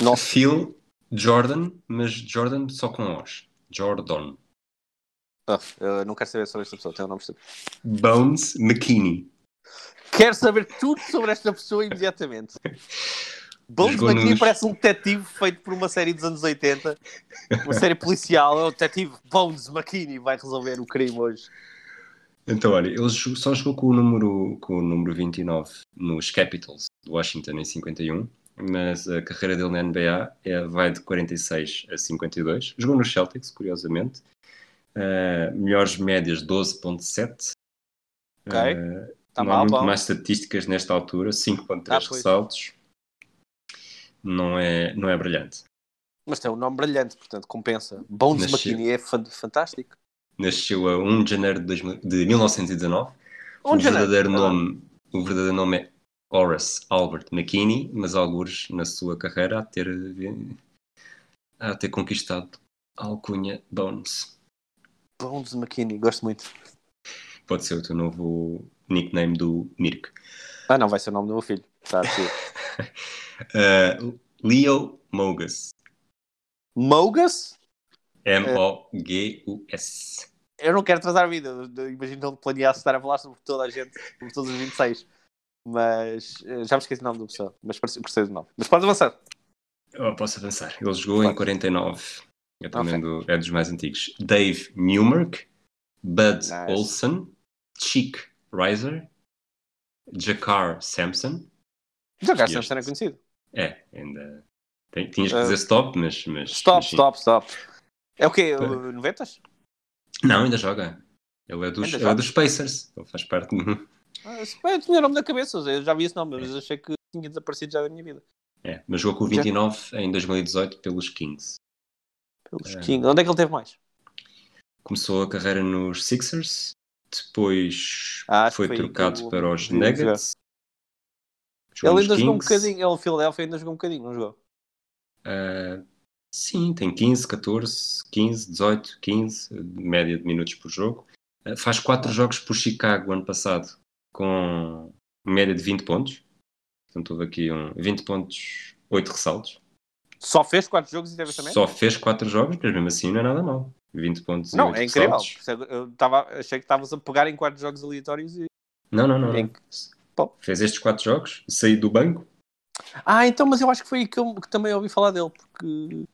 Speaker 5: Nossa.
Speaker 1: Phil Jordan, mas Jordan só com Os. Jordan.
Speaker 5: Ah, eu não quero saber sobre esta pessoa, tem um nome estúpido.
Speaker 1: Bones McKinney.
Speaker 5: Quero saber tudo sobre esta pessoa imediatamente. Bones
Speaker 1: Jogou
Speaker 5: McKinney
Speaker 1: nos-
Speaker 5: parece um detetive feito por uma série dos anos 80. Uma série policial. É o detetive Bones McKinney vai resolver o crime hoje.
Speaker 1: Então, olha, ele jo- só jogou com o, número, com o número 29 nos Capitals de Washington em 51, mas a carreira dele na NBA é, vai de 46 a 52. Jogou nos Celtics, curiosamente. Ah, melhores médias 12.7.
Speaker 5: Ok.
Speaker 1: Ah,
Speaker 5: Está
Speaker 1: não há
Speaker 5: Tá mal,
Speaker 1: muito
Speaker 5: bom.
Speaker 1: mais estatísticas nesta altura, 5.3
Speaker 5: Ah, pois.
Speaker 1: ressaltos. Não é, não é brilhante.
Speaker 5: Mas tem um nome brilhante, portanto compensa. Bones
Speaker 1: Nasceu.
Speaker 5: McKinney é fan- fantástico.
Speaker 1: Nasceu a 1 de janeiro de, 2000 de 1919. o,
Speaker 5: Onde
Speaker 1: Um verdadeiro nome, o verdadeiro nome é Horace Albert McKinney, mas alguns na sua carreira a ter, a ter conquistado a alcunha Bones.
Speaker 5: Bones McKinney, gosto muito.
Speaker 1: Pode ser o teu novo nickname do Mirk.
Speaker 5: Ah, não, vai ser o nome do meu filho. Tá, sim.
Speaker 1: Ah, Leo Mogus.
Speaker 5: Mogus?
Speaker 1: M-O-G-U-S.
Speaker 5: Eu não quero atrasar a vida. eu- eu Imagino não planeasse estar a falar sobre toda a gente, sobre todos os 26. Mas eh, já me esqueci o nome da pessoa. Mas parece- gostei do nome. Mas podes avançar.
Speaker 1: Oh, posso avançar. Ele jogou em
Speaker 5: Pode.
Speaker 1: 49. É, também do- é dos mais antigos. Dave Newmark, Bud
Speaker 5: Nice.
Speaker 1: Olson, Chick Riser, Jakar Sampson.
Speaker 5: Já cá
Speaker 1: Este.
Speaker 5: sempre será conhecido.
Speaker 1: É, ainda. tem- Tinhas que
Speaker 5: Ah.
Speaker 1: dizer stop, mas. mas
Speaker 5: Stop,
Speaker 1: mas sim.
Speaker 5: stop, stop. É o quê? o- 90s?
Speaker 1: Não, ainda joga. Ele é dos,
Speaker 5: Ainda
Speaker 1: ele
Speaker 5: joga?
Speaker 1: é dos Pacers. Ele faz parte do.
Speaker 5: Ah, se bem, eu tinha o nome da cabeça. Eu já vi esse nome, mas achei que tinha desaparecido já da minha vida.
Speaker 1: É, mas jogou com o
Speaker 5: Já.
Speaker 1: 29 em 2018 pelos Kings.
Speaker 5: Pelos
Speaker 1: Ah.
Speaker 5: Kings. Onde é que ele teve mais?
Speaker 1: Começou a carreira nos Sixers, depois
Speaker 5: Ah,
Speaker 1: foi,
Speaker 5: foi aí que
Speaker 1: trocado
Speaker 5: o-
Speaker 1: para os
Speaker 5: o- o-
Speaker 1: Nuggets. Jogou
Speaker 5: Ele
Speaker 1: nos
Speaker 5: ainda jogou um
Speaker 1: Kings.
Speaker 5: bocadinho. Ele, Philadelphia, ainda jogou um bocadinho, não jogou?
Speaker 1: Ah, sim, tem 15, 14, 15, 18, 15, eh, de média de minutos por jogo. Ah, faz 4 jogos por Chicago ano passado, com média de 20 pontos. Portanto, houve aqui um 20 pontos, 8 ressaltos.
Speaker 5: Só fez 4 jogos e teve É, também?
Speaker 1: Só fez 4 jogos, mas mesmo assim não é nada mal. 20 pontos e
Speaker 5: Não,
Speaker 1: 8
Speaker 5: é incrível.
Speaker 1: ressaltos.
Speaker 5: Eu tava, achei que estavas a pegar em 4 jogos aleatórios e
Speaker 1: Não, não, não.
Speaker 5: Em-
Speaker 1: não.
Speaker 5: Bom.
Speaker 1: Fez estes 4 jogos, saiu do banco.
Speaker 5: Ah, então, mas eu acho que foi aí que, eu, que também ouvi falar dele, porque.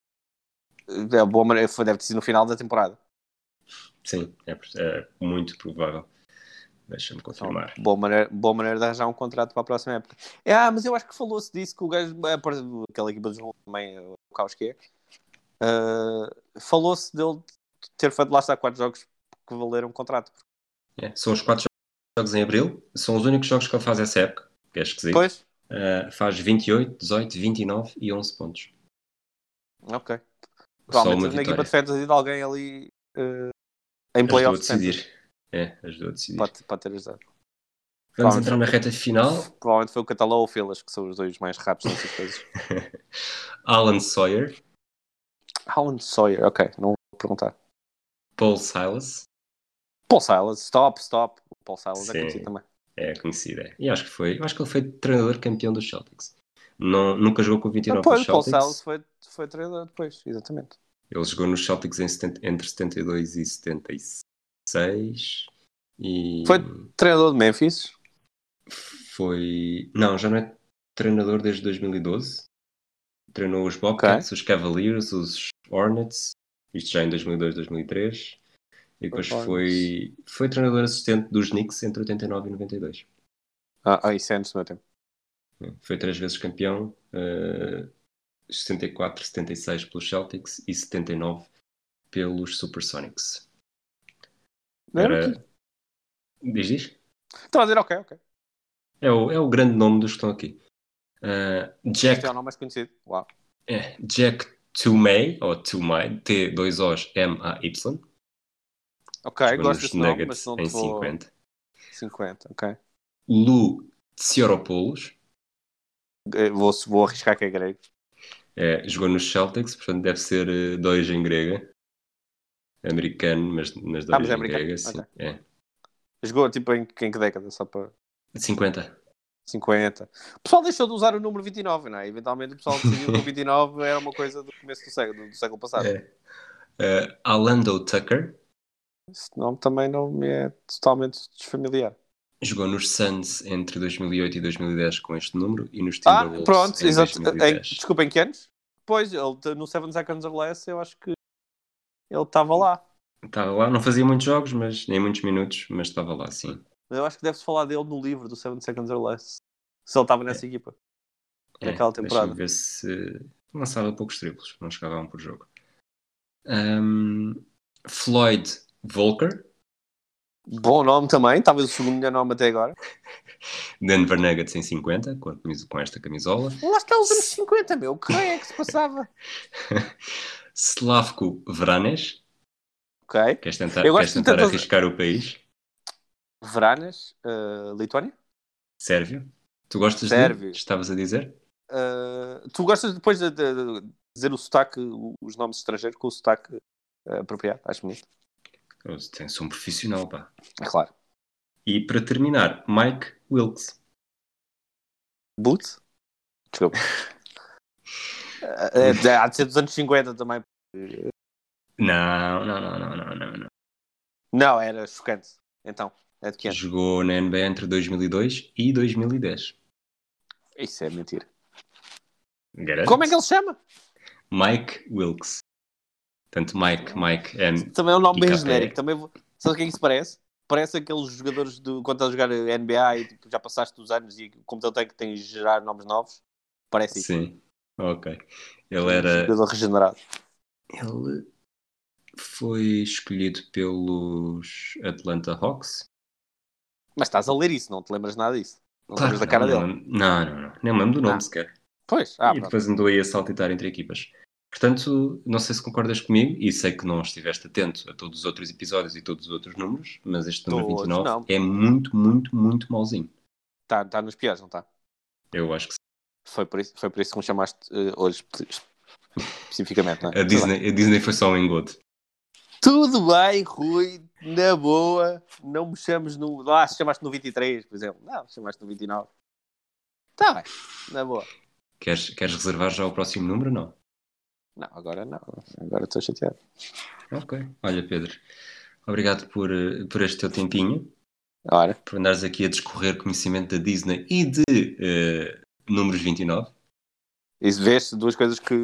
Speaker 5: É boa maneira, foi, deve ter sido no final da temporada.
Speaker 1: Sim, é, é muito provável. Deixa-me confirmar.
Speaker 5: Então, boa, maneira, boa maneira de arranjar um contrato para a próxima época. É, Ah, mas eu acho que falou-se disso que o gajo. é, por exemplo, Aquela equipa dos Nulos também, o caos que é. Ah, falou-se dele ter feito lá está 4 jogos que valeram um contrato.
Speaker 1: É, São os 4 jogos em abril, são os únicos jogos que ele faz essa época, que é esquisito.
Speaker 5: Pois,
Speaker 1: eh, faz 28, 18, 29 e 11 pontos.
Speaker 5: Ok.
Speaker 1: Só
Speaker 5: Provavelmente
Speaker 1: uma
Speaker 5: na equipa
Speaker 1: vitória.
Speaker 5: de fantasy de alguém ali eh, em
Speaker 1: Ajudou a
Speaker 5: playoffs. fantasy.
Speaker 1: decidir. É, ajudou a decidir.
Speaker 5: Pode, pode ter ajudado.
Speaker 1: Vamos
Speaker 5: Provavelmente-
Speaker 1: entrar na reta final.
Speaker 5: Provavelmente foi o Catalão ou o Filas, que são os dois mais rápidos nessas coisas.
Speaker 1: Alan Sawyer,
Speaker 5: Alan Sawyer, ok, não vou perguntar.
Speaker 1: Paul Silas,
Speaker 5: Paul Silas, stop, stop. O Paul Silas é
Speaker 1: Sim.
Speaker 5: conhecido também.
Speaker 1: é conhecido. é. E acho que foi, eu acho que ele foi treinador campeão dos Celtics. Não, nunca jogou com 29
Speaker 5: Depois,
Speaker 1: dos
Speaker 5: o Paul
Speaker 1: Celtics.
Speaker 5: Silas foi, foi treinador depois, exatamente.
Speaker 1: Ele jogou nos Celtics em 70 entre 72 e 76. E
Speaker 5: Foi- Treinador de Memphis,
Speaker 1: foi- Não, já não é treinador desde 2012. Treinou os Bobcats, os Cavaliers, os Hornets. Isto já em 2002, 2003. E depois
Speaker 5: Os Hornets.
Speaker 1: foi, foi treinador assistente dos Knicks entre 89 e 92.
Speaker 5: ah, ah, isso é antes do meu tempo.
Speaker 1: Foi três vezes campeão, eh, 74, 76 pelos Celtics e 79 pelos Supersonics.
Speaker 5: Não era
Speaker 1: Era-
Speaker 5: É aqui.
Speaker 1: Diz, diz?
Speaker 5: Estão a dizer ok, ok.
Speaker 1: É o, é o grande nome dos que estão aqui. Eh, Jack,
Speaker 5: Este é o nome mais conhecido. Uau.
Speaker 1: é, Jack Toomey, ou Toomey, T2O's M-A-Y.
Speaker 5: Ok,
Speaker 1: jogou
Speaker 5: gosto
Speaker 1: nos
Speaker 5: desse nome, mas
Speaker 1: Nuggets
Speaker 5: não
Speaker 1: em
Speaker 5: te vou...
Speaker 1: 50.
Speaker 5: 50, ok.
Speaker 1: Lou Tsiropoulos,
Speaker 5: Eh, Vou, vou arriscar que é grego.
Speaker 1: É, jogou nos Celtics, portanto deve ser eh, dois em grega. Americano, mas nas duas
Speaker 5: Ah, mas é
Speaker 1: em
Speaker 5: americano,
Speaker 1: grega, sim.
Speaker 5: ok.
Speaker 1: É.
Speaker 5: Jogou tipo em, em que década? Só para
Speaker 1: 50.
Speaker 5: 50. O pessoal deixou de usar o número 29, não é? Eventualmente o pessoal decidiu que o 29 era uma coisa do começo do século, do, século passado.
Speaker 1: É. Eh, Alando Tucker
Speaker 5: Esse nome também não me é totalmente desfamiliar.
Speaker 1: jogou nos Suns entre 2008 e 2010 com este número e nos
Speaker 5: Ah,
Speaker 1: Timberwolves
Speaker 5: pronto,
Speaker 1: em
Speaker 5: exato. É, Em,
Speaker 1: 2010.
Speaker 5: desculpa, em que anos? Pois, ele, t- no Seven Seconds or Less, eu acho que ele estava lá.
Speaker 1: Estava lá, não fazia muitos jogos, mas nem muitos minutos, mas estava lá, sim.
Speaker 5: Eu acho que deve-se falar dele no livro do Seven Seconds or Less. Se ele estava nessa equipa. Naquela
Speaker 1: É. deixa-me
Speaker 5: temporada.
Speaker 1: ver se lançava poucos triplos, não chegava a um por jogo. Ahm, Floyd Volker,
Speaker 5: Bom nome também, talvez o segundo melhor nome até agora.
Speaker 1: Denver Nuggets em 50, com, a camisa- com esta camisola.
Speaker 5: Lá está os anos 50, meu. Que é que se passava?
Speaker 1: Slavko Vranes,
Speaker 5: ok.
Speaker 1: queres tentar,
Speaker 5: Eu gosto
Speaker 1: queres
Speaker 5: de
Speaker 1: tentar
Speaker 5: tantas-
Speaker 1: arriscar o país?
Speaker 5: Veranas, eh, Lituânia?
Speaker 1: Sérvio? Tu gostas
Speaker 5: Sérvio.
Speaker 1: de estavas a dizer?
Speaker 5: Uh, tu gostas depois de, de- de dizer o sotaque, o- os nomes estrangeiros com o sotaque uh, apropriado? Acho bonito.
Speaker 1: Eu tenho- Sou um profissional, pá.
Speaker 5: É claro.
Speaker 1: E para terminar, Mike Wilkes.
Speaker 5: Boot? Desculpa. Uh, é, há de ser dos anos 50 também.
Speaker 1: Não, não, não, não, não, não. não.
Speaker 5: Não, era chocante. Então, é de que ano?
Speaker 1: Jogou na NBA entre 2002 e 2010.
Speaker 5: Isso é mentira.
Speaker 1: Garanto.
Speaker 5: Como é que ele se chama?
Speaker 1: Mike Wilkes. Tanto Mike,
Speaker 5: Ah,
Speaker 1: Mike, M.
Speaker 5: Também é um nome
Speaker 1: E
Speaker 5: bem
Speaker 1: café.
Speaker 5: genérico. Também vou... Sabe o que é que isso parece? Parece aqueles jogadores do... quando estás a jogar NBA e tipo, já passaste dos anos e o computador tem que tem que gerar nomes novos. Parece isso. Um
Speaker 1: Sim. Ok. Ele era,
Speaker 5: Jogador regenerado.
Speaker 1: Ele foi escolhido pelos Atlanta Hawks.
Speaker 5: Mas estás a ler isso, não te lembras nada disso. Não te lembras
Speaker 1: que
Speaker 5: da cara
Speaker 1: não,
Speaker 5: dele.
Speaker 1: Não, não, não. Nem me lembro do nome
Speaker 5: Ah.
Speaker 1: sequer.
Speaker 5: Pois, ah,
Speaker 1: e
Speaker 5: pronto.
Speaker 1: depois andou aí a saltitar entre equipas. Portanto, não sei se concordas comigo e sei que não estiveste atento a todos os outros episódios e todos os outros números, mas este número
Speaker 5: Todos,
Speaker 1: 29
Speaker 5: não.
Speaker 1: é muito, muito, muito mauzinho.
Speaker 5: Está tá nos piores, não está?
Speaker 1: Eu acho que sim.
Speaker 5: Foi por isso, foi por isso que me chamaste eh, hoje espe- especificamente, não é?
Speaker 1: a Disney, a Disney foi só um engodo.
Speaker 5: Tudo bem, Rui, na boa. Não me chames no. Ah, chamaste no 23, por exemplo. Não, chamaste no 29. Está Tá bem, na boa.
Speaker 1: Queres, queres reservar já o próximo número? Não.
Speaker 5: Não, agora não. Agora estou chateado.
Speaker 1: Ok. Olha, Pedro, obrigado por, eh, por este teu tempinho.
Speaker 5: Ora,
Speaker 1: por andares aqui a discorrer conhecimento da Disney e de eh, números 29.
Speaker 5: isso vês duas coisas que.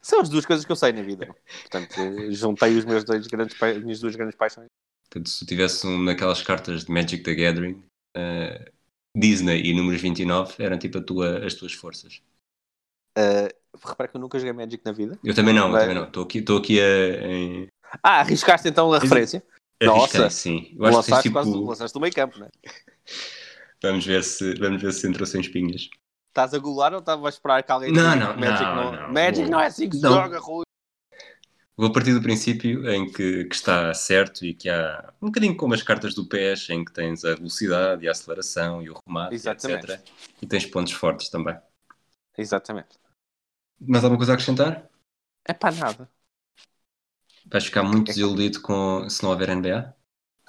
Speaker 5: São as duas coisas que eu sei na vida. Portanto, eh, juntei os meus dois grandes pa... minhas duas grandes paixões.
Speaker 1: Portanto, se tu tivesse um daquelas cartas de Magic the Gathering, eh, Disney e números 29 eram tipo a tua- as tuas forças.
Speaker 5: Eh, repara que eu nunca joguei Magic na vida.
Speaker 1: Eu também não, eu
Speaker 5: Bem.
Speaker 1: também não. Estou aqui, estou aqui a, em-
Speaker 5: Ah, arriscaste então a referência.
Speaker 1: a
Speaker 5: Nossa.
Speaker 1: arriscar, sim. Eu acho que tens
Speaker 5: Lançaste
Speaker 1: tipo.
Speaker 5: é? quase lançaste do meio campo, né?
Speaker 1: Vamos ver se, vamos ver se entrou sem espinhas.
Speaker 5: Estás a golar ou estás a esperar que alguém.
Speaker 1: Não,
Speaker 5: diga
Speaker 1: não,
Speaker 5: que Magic
Speaker 1: não,
Speaker 5: não,
Speaker 1: não.
Speaker 5: Magic não é assim que se
Speaker 1: Não.
Speaker 5: joga, Rui.
Speaker 1: Vou partir do princípio em que, que está certo e que há um bocadinho como as cartas do PES, em que tens a velocidade e a aceleração e o remate, e
Speaker 5: Exatamente.
Speaker 1: etc. E tens pontos fortes também.
Speaker 5: Exatamente.
Speaker 1: Mais alguma coisa a acrescentar?
Speaker 5: É para nada.
Speaker 1: Vais ficar
Speaker 5: É
Speaker 1: muito desiludido com, se não houver NBA?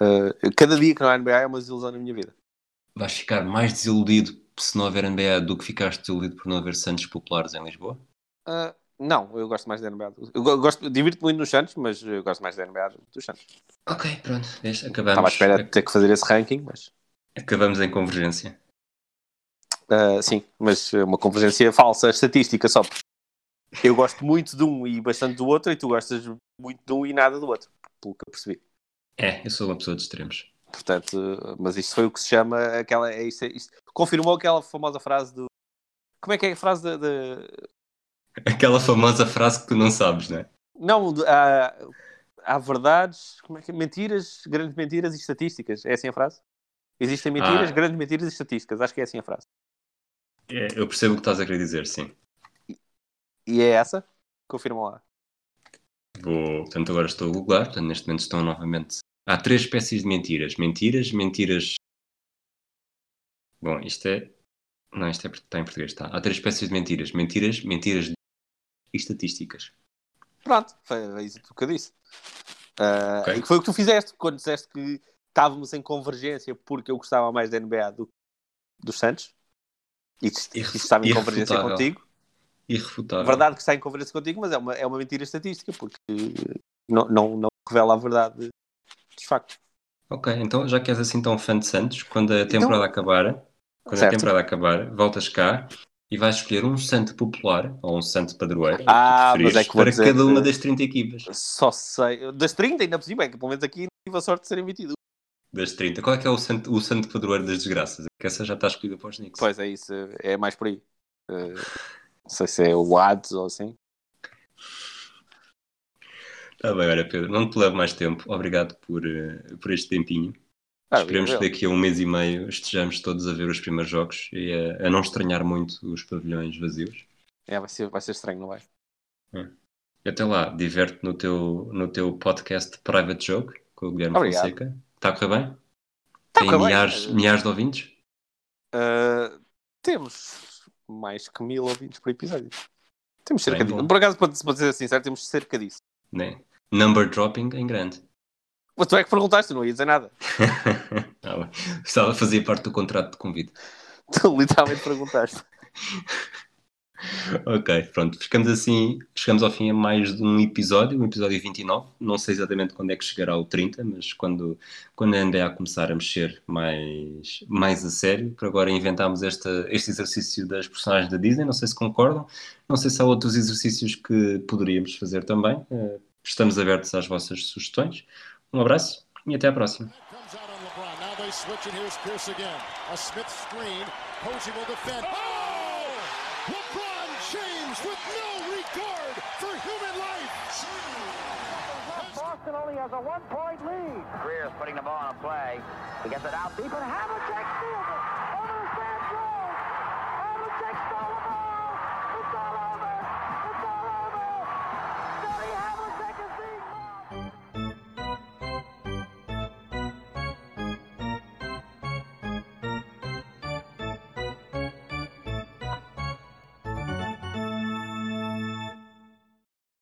Speaker 5: Uh, cada dia que não há NBA é uma desilusão na minha vida.
Speaker 1: Vais ficar mais desiludido se não houver NBA do que ficaste desiludido por não haver Santos Populares em Lisboa?
Speaker 5: Uh, não, eu gosto mais da NBA. do- Eu go- gosto, divirto-me muito nos Santos, mas eu gosto mais da NBA do- dos Santos.
Speaker 1: Ok, pronto. Vês,
Speaker 5: Estava à
Speaker 1: acabamos,
Speaker 5: espera de ter que fazer esse ranking, mas.
Speaker 1: acabamos em convergência.
Speaker 5: Uh, sim, mas é uma convergência falsa, estatística só. Eu gosto muito de um e bastante do outro, e tu gostas muito de um e nada do outro, pelo que eu percebi.
Speaker 1: É, eu sou uma pessoa de extremos.
Speaker 5: Portanto, uh, mas isto foi o que se chama aquela. É isto, é isto- confirmou aquela famosa frase do. Como é que é a frase da. da-
Speaker 1: Aquela famosa frase que tu não sabes, não é?
Speaker 5: Não, de- há, há verdades, como é que é? Mentiras, grandes mentiras e estatísticas. É assim a frase? Existem mentiras,
Speaker 1: Ah.
Speaker 5: grandes mentiras e estatísticas. Acho que é assim a frase.
Speaker 1: É, Eu percebo o que estás a querer dizer, sim.
Speaker 5: E é essa? Confirma lá.
Speaker 1: Vou, portanto, agora estou a googlar, portanto, neste momento estão novamente. Há três espécies de mentiras. Mentiras, mentiras. Bom, isto é. Não, isto é, por- está em português, está. Há três espécies de mentiras. Mentiras, mentiras e estatísticas.
Speaker 5: Pronto, foi é isso que eu disse. Ah,
Speaker 1: Ok.
Speaker 5: E que foi o que tu fizeste quando disseste que estávamos em convergência porque eu gostava mais da NBA do dos Santos. E que isto- isto estava em convergência
Speaker 1: Irrefutável.
Speaker 5: contigo.
Speaker 1: Irrefutável.
Speaker 5: É Verdade que está em convergência contigo, mas é uma, é uma mentira estatística porque não, não, não revela a verdade dos factos.
Speaker 1: Ok, então já que és assim tão fã de Santos, quando a temporada acabar, quando
Speaker 5: Então- Certo.
Speaker 1: a temporada acabar, voltas cá e vais escolher um santo popular ou um santo padroeiro
Speaker 5: Ah,
Speaker 1: o preferires,
Speaker 5: mas é que vou
Speaker 1: para
Speaker 5: dizer
Speaker 1: cada
Speaker 5: que-
Speaker 1: uma das 30 equipas.
Speaker 5: Só sei. Das 30, ainda por cima, é que pelo menos aqui tive a sorte de serem 22.
Speaker 1: Das 30. Qual é que é o santo, o santo padroeiro das desgraças? Que essa já está escolhida para os Knicks.
Speaker 5: Pois é, isso é mais por aí. Eh, não sei se é o Ads ou assim.
Speaker 1: Está Tá bem, olha Pedro, não te levo mais tempo. Obrigado por, eh, por este tempinho.
Speaker 5: Ah,
Speaker 1: Esperemos
Speaker 5: eu-
Speaker 1: que daqui a um mês e meio estejamos todos a ver os primeiros jogos e a, a não estranhar muito os pavilhões vazios.
Speaker 5: É, vai ser, vai ser estranho, não vai?
Speaker 1: E Até lá, diverte no teu, no teu podcast Private Joke com o Guilherme
Speaker 5: Obrigado.
Speaker 1: Fonseca. Está a correr bem?
Speaker 5: Tá,
Speaker 1: Tem
Speaker 5: correu bem.
Speaker 1: milhares, milhares de ouvintes?
Speaker 5: Uh, temos mais que mil ouvintes por episódio. Temos cerca
Speaker 1: Bem
Speaker 5: disso.
Speaker 1: bom.
Speaker 5: Por acaso, para, para dizer sincero, temos cerca disso.
Speaker 1: Né? Number dropping em grande.
Speaker 5: Mas tu é que perguntaste, não ia dizer nada.
Speaker 1: Tá bem. Estava a fazer parte do contrato de convite.
Speaker 5: Tu literalmente perguntaste.
Speaker 1: Ok, pronto. Ficamos assim, chegamos ao fim a mais de um episódio, um episódio 29. Não sei exatamente quando é que chegará o 30, mas quando, quando a NBA começar a mexer mais, mais a sério, por agora inventámos esta, este exercício das personagens da Disney. Não sei se concordam, não sei se há outros exercícios que poderíamos fazer também. Eh, Estamos abertos às vossas sugestões. Um abraço e até à próxima.
Speaker 2: Comes out on LeBron. Now they switch, and here's Pierce again. A Smith screen. Posey will defend. Oh! LeBron James with no regard for human life.
Speaker 3: Boston only has a one-point lead.
Speaker 4: Greer's putting the ball on a play. He gets it out deep and Havlicek steals it. Over the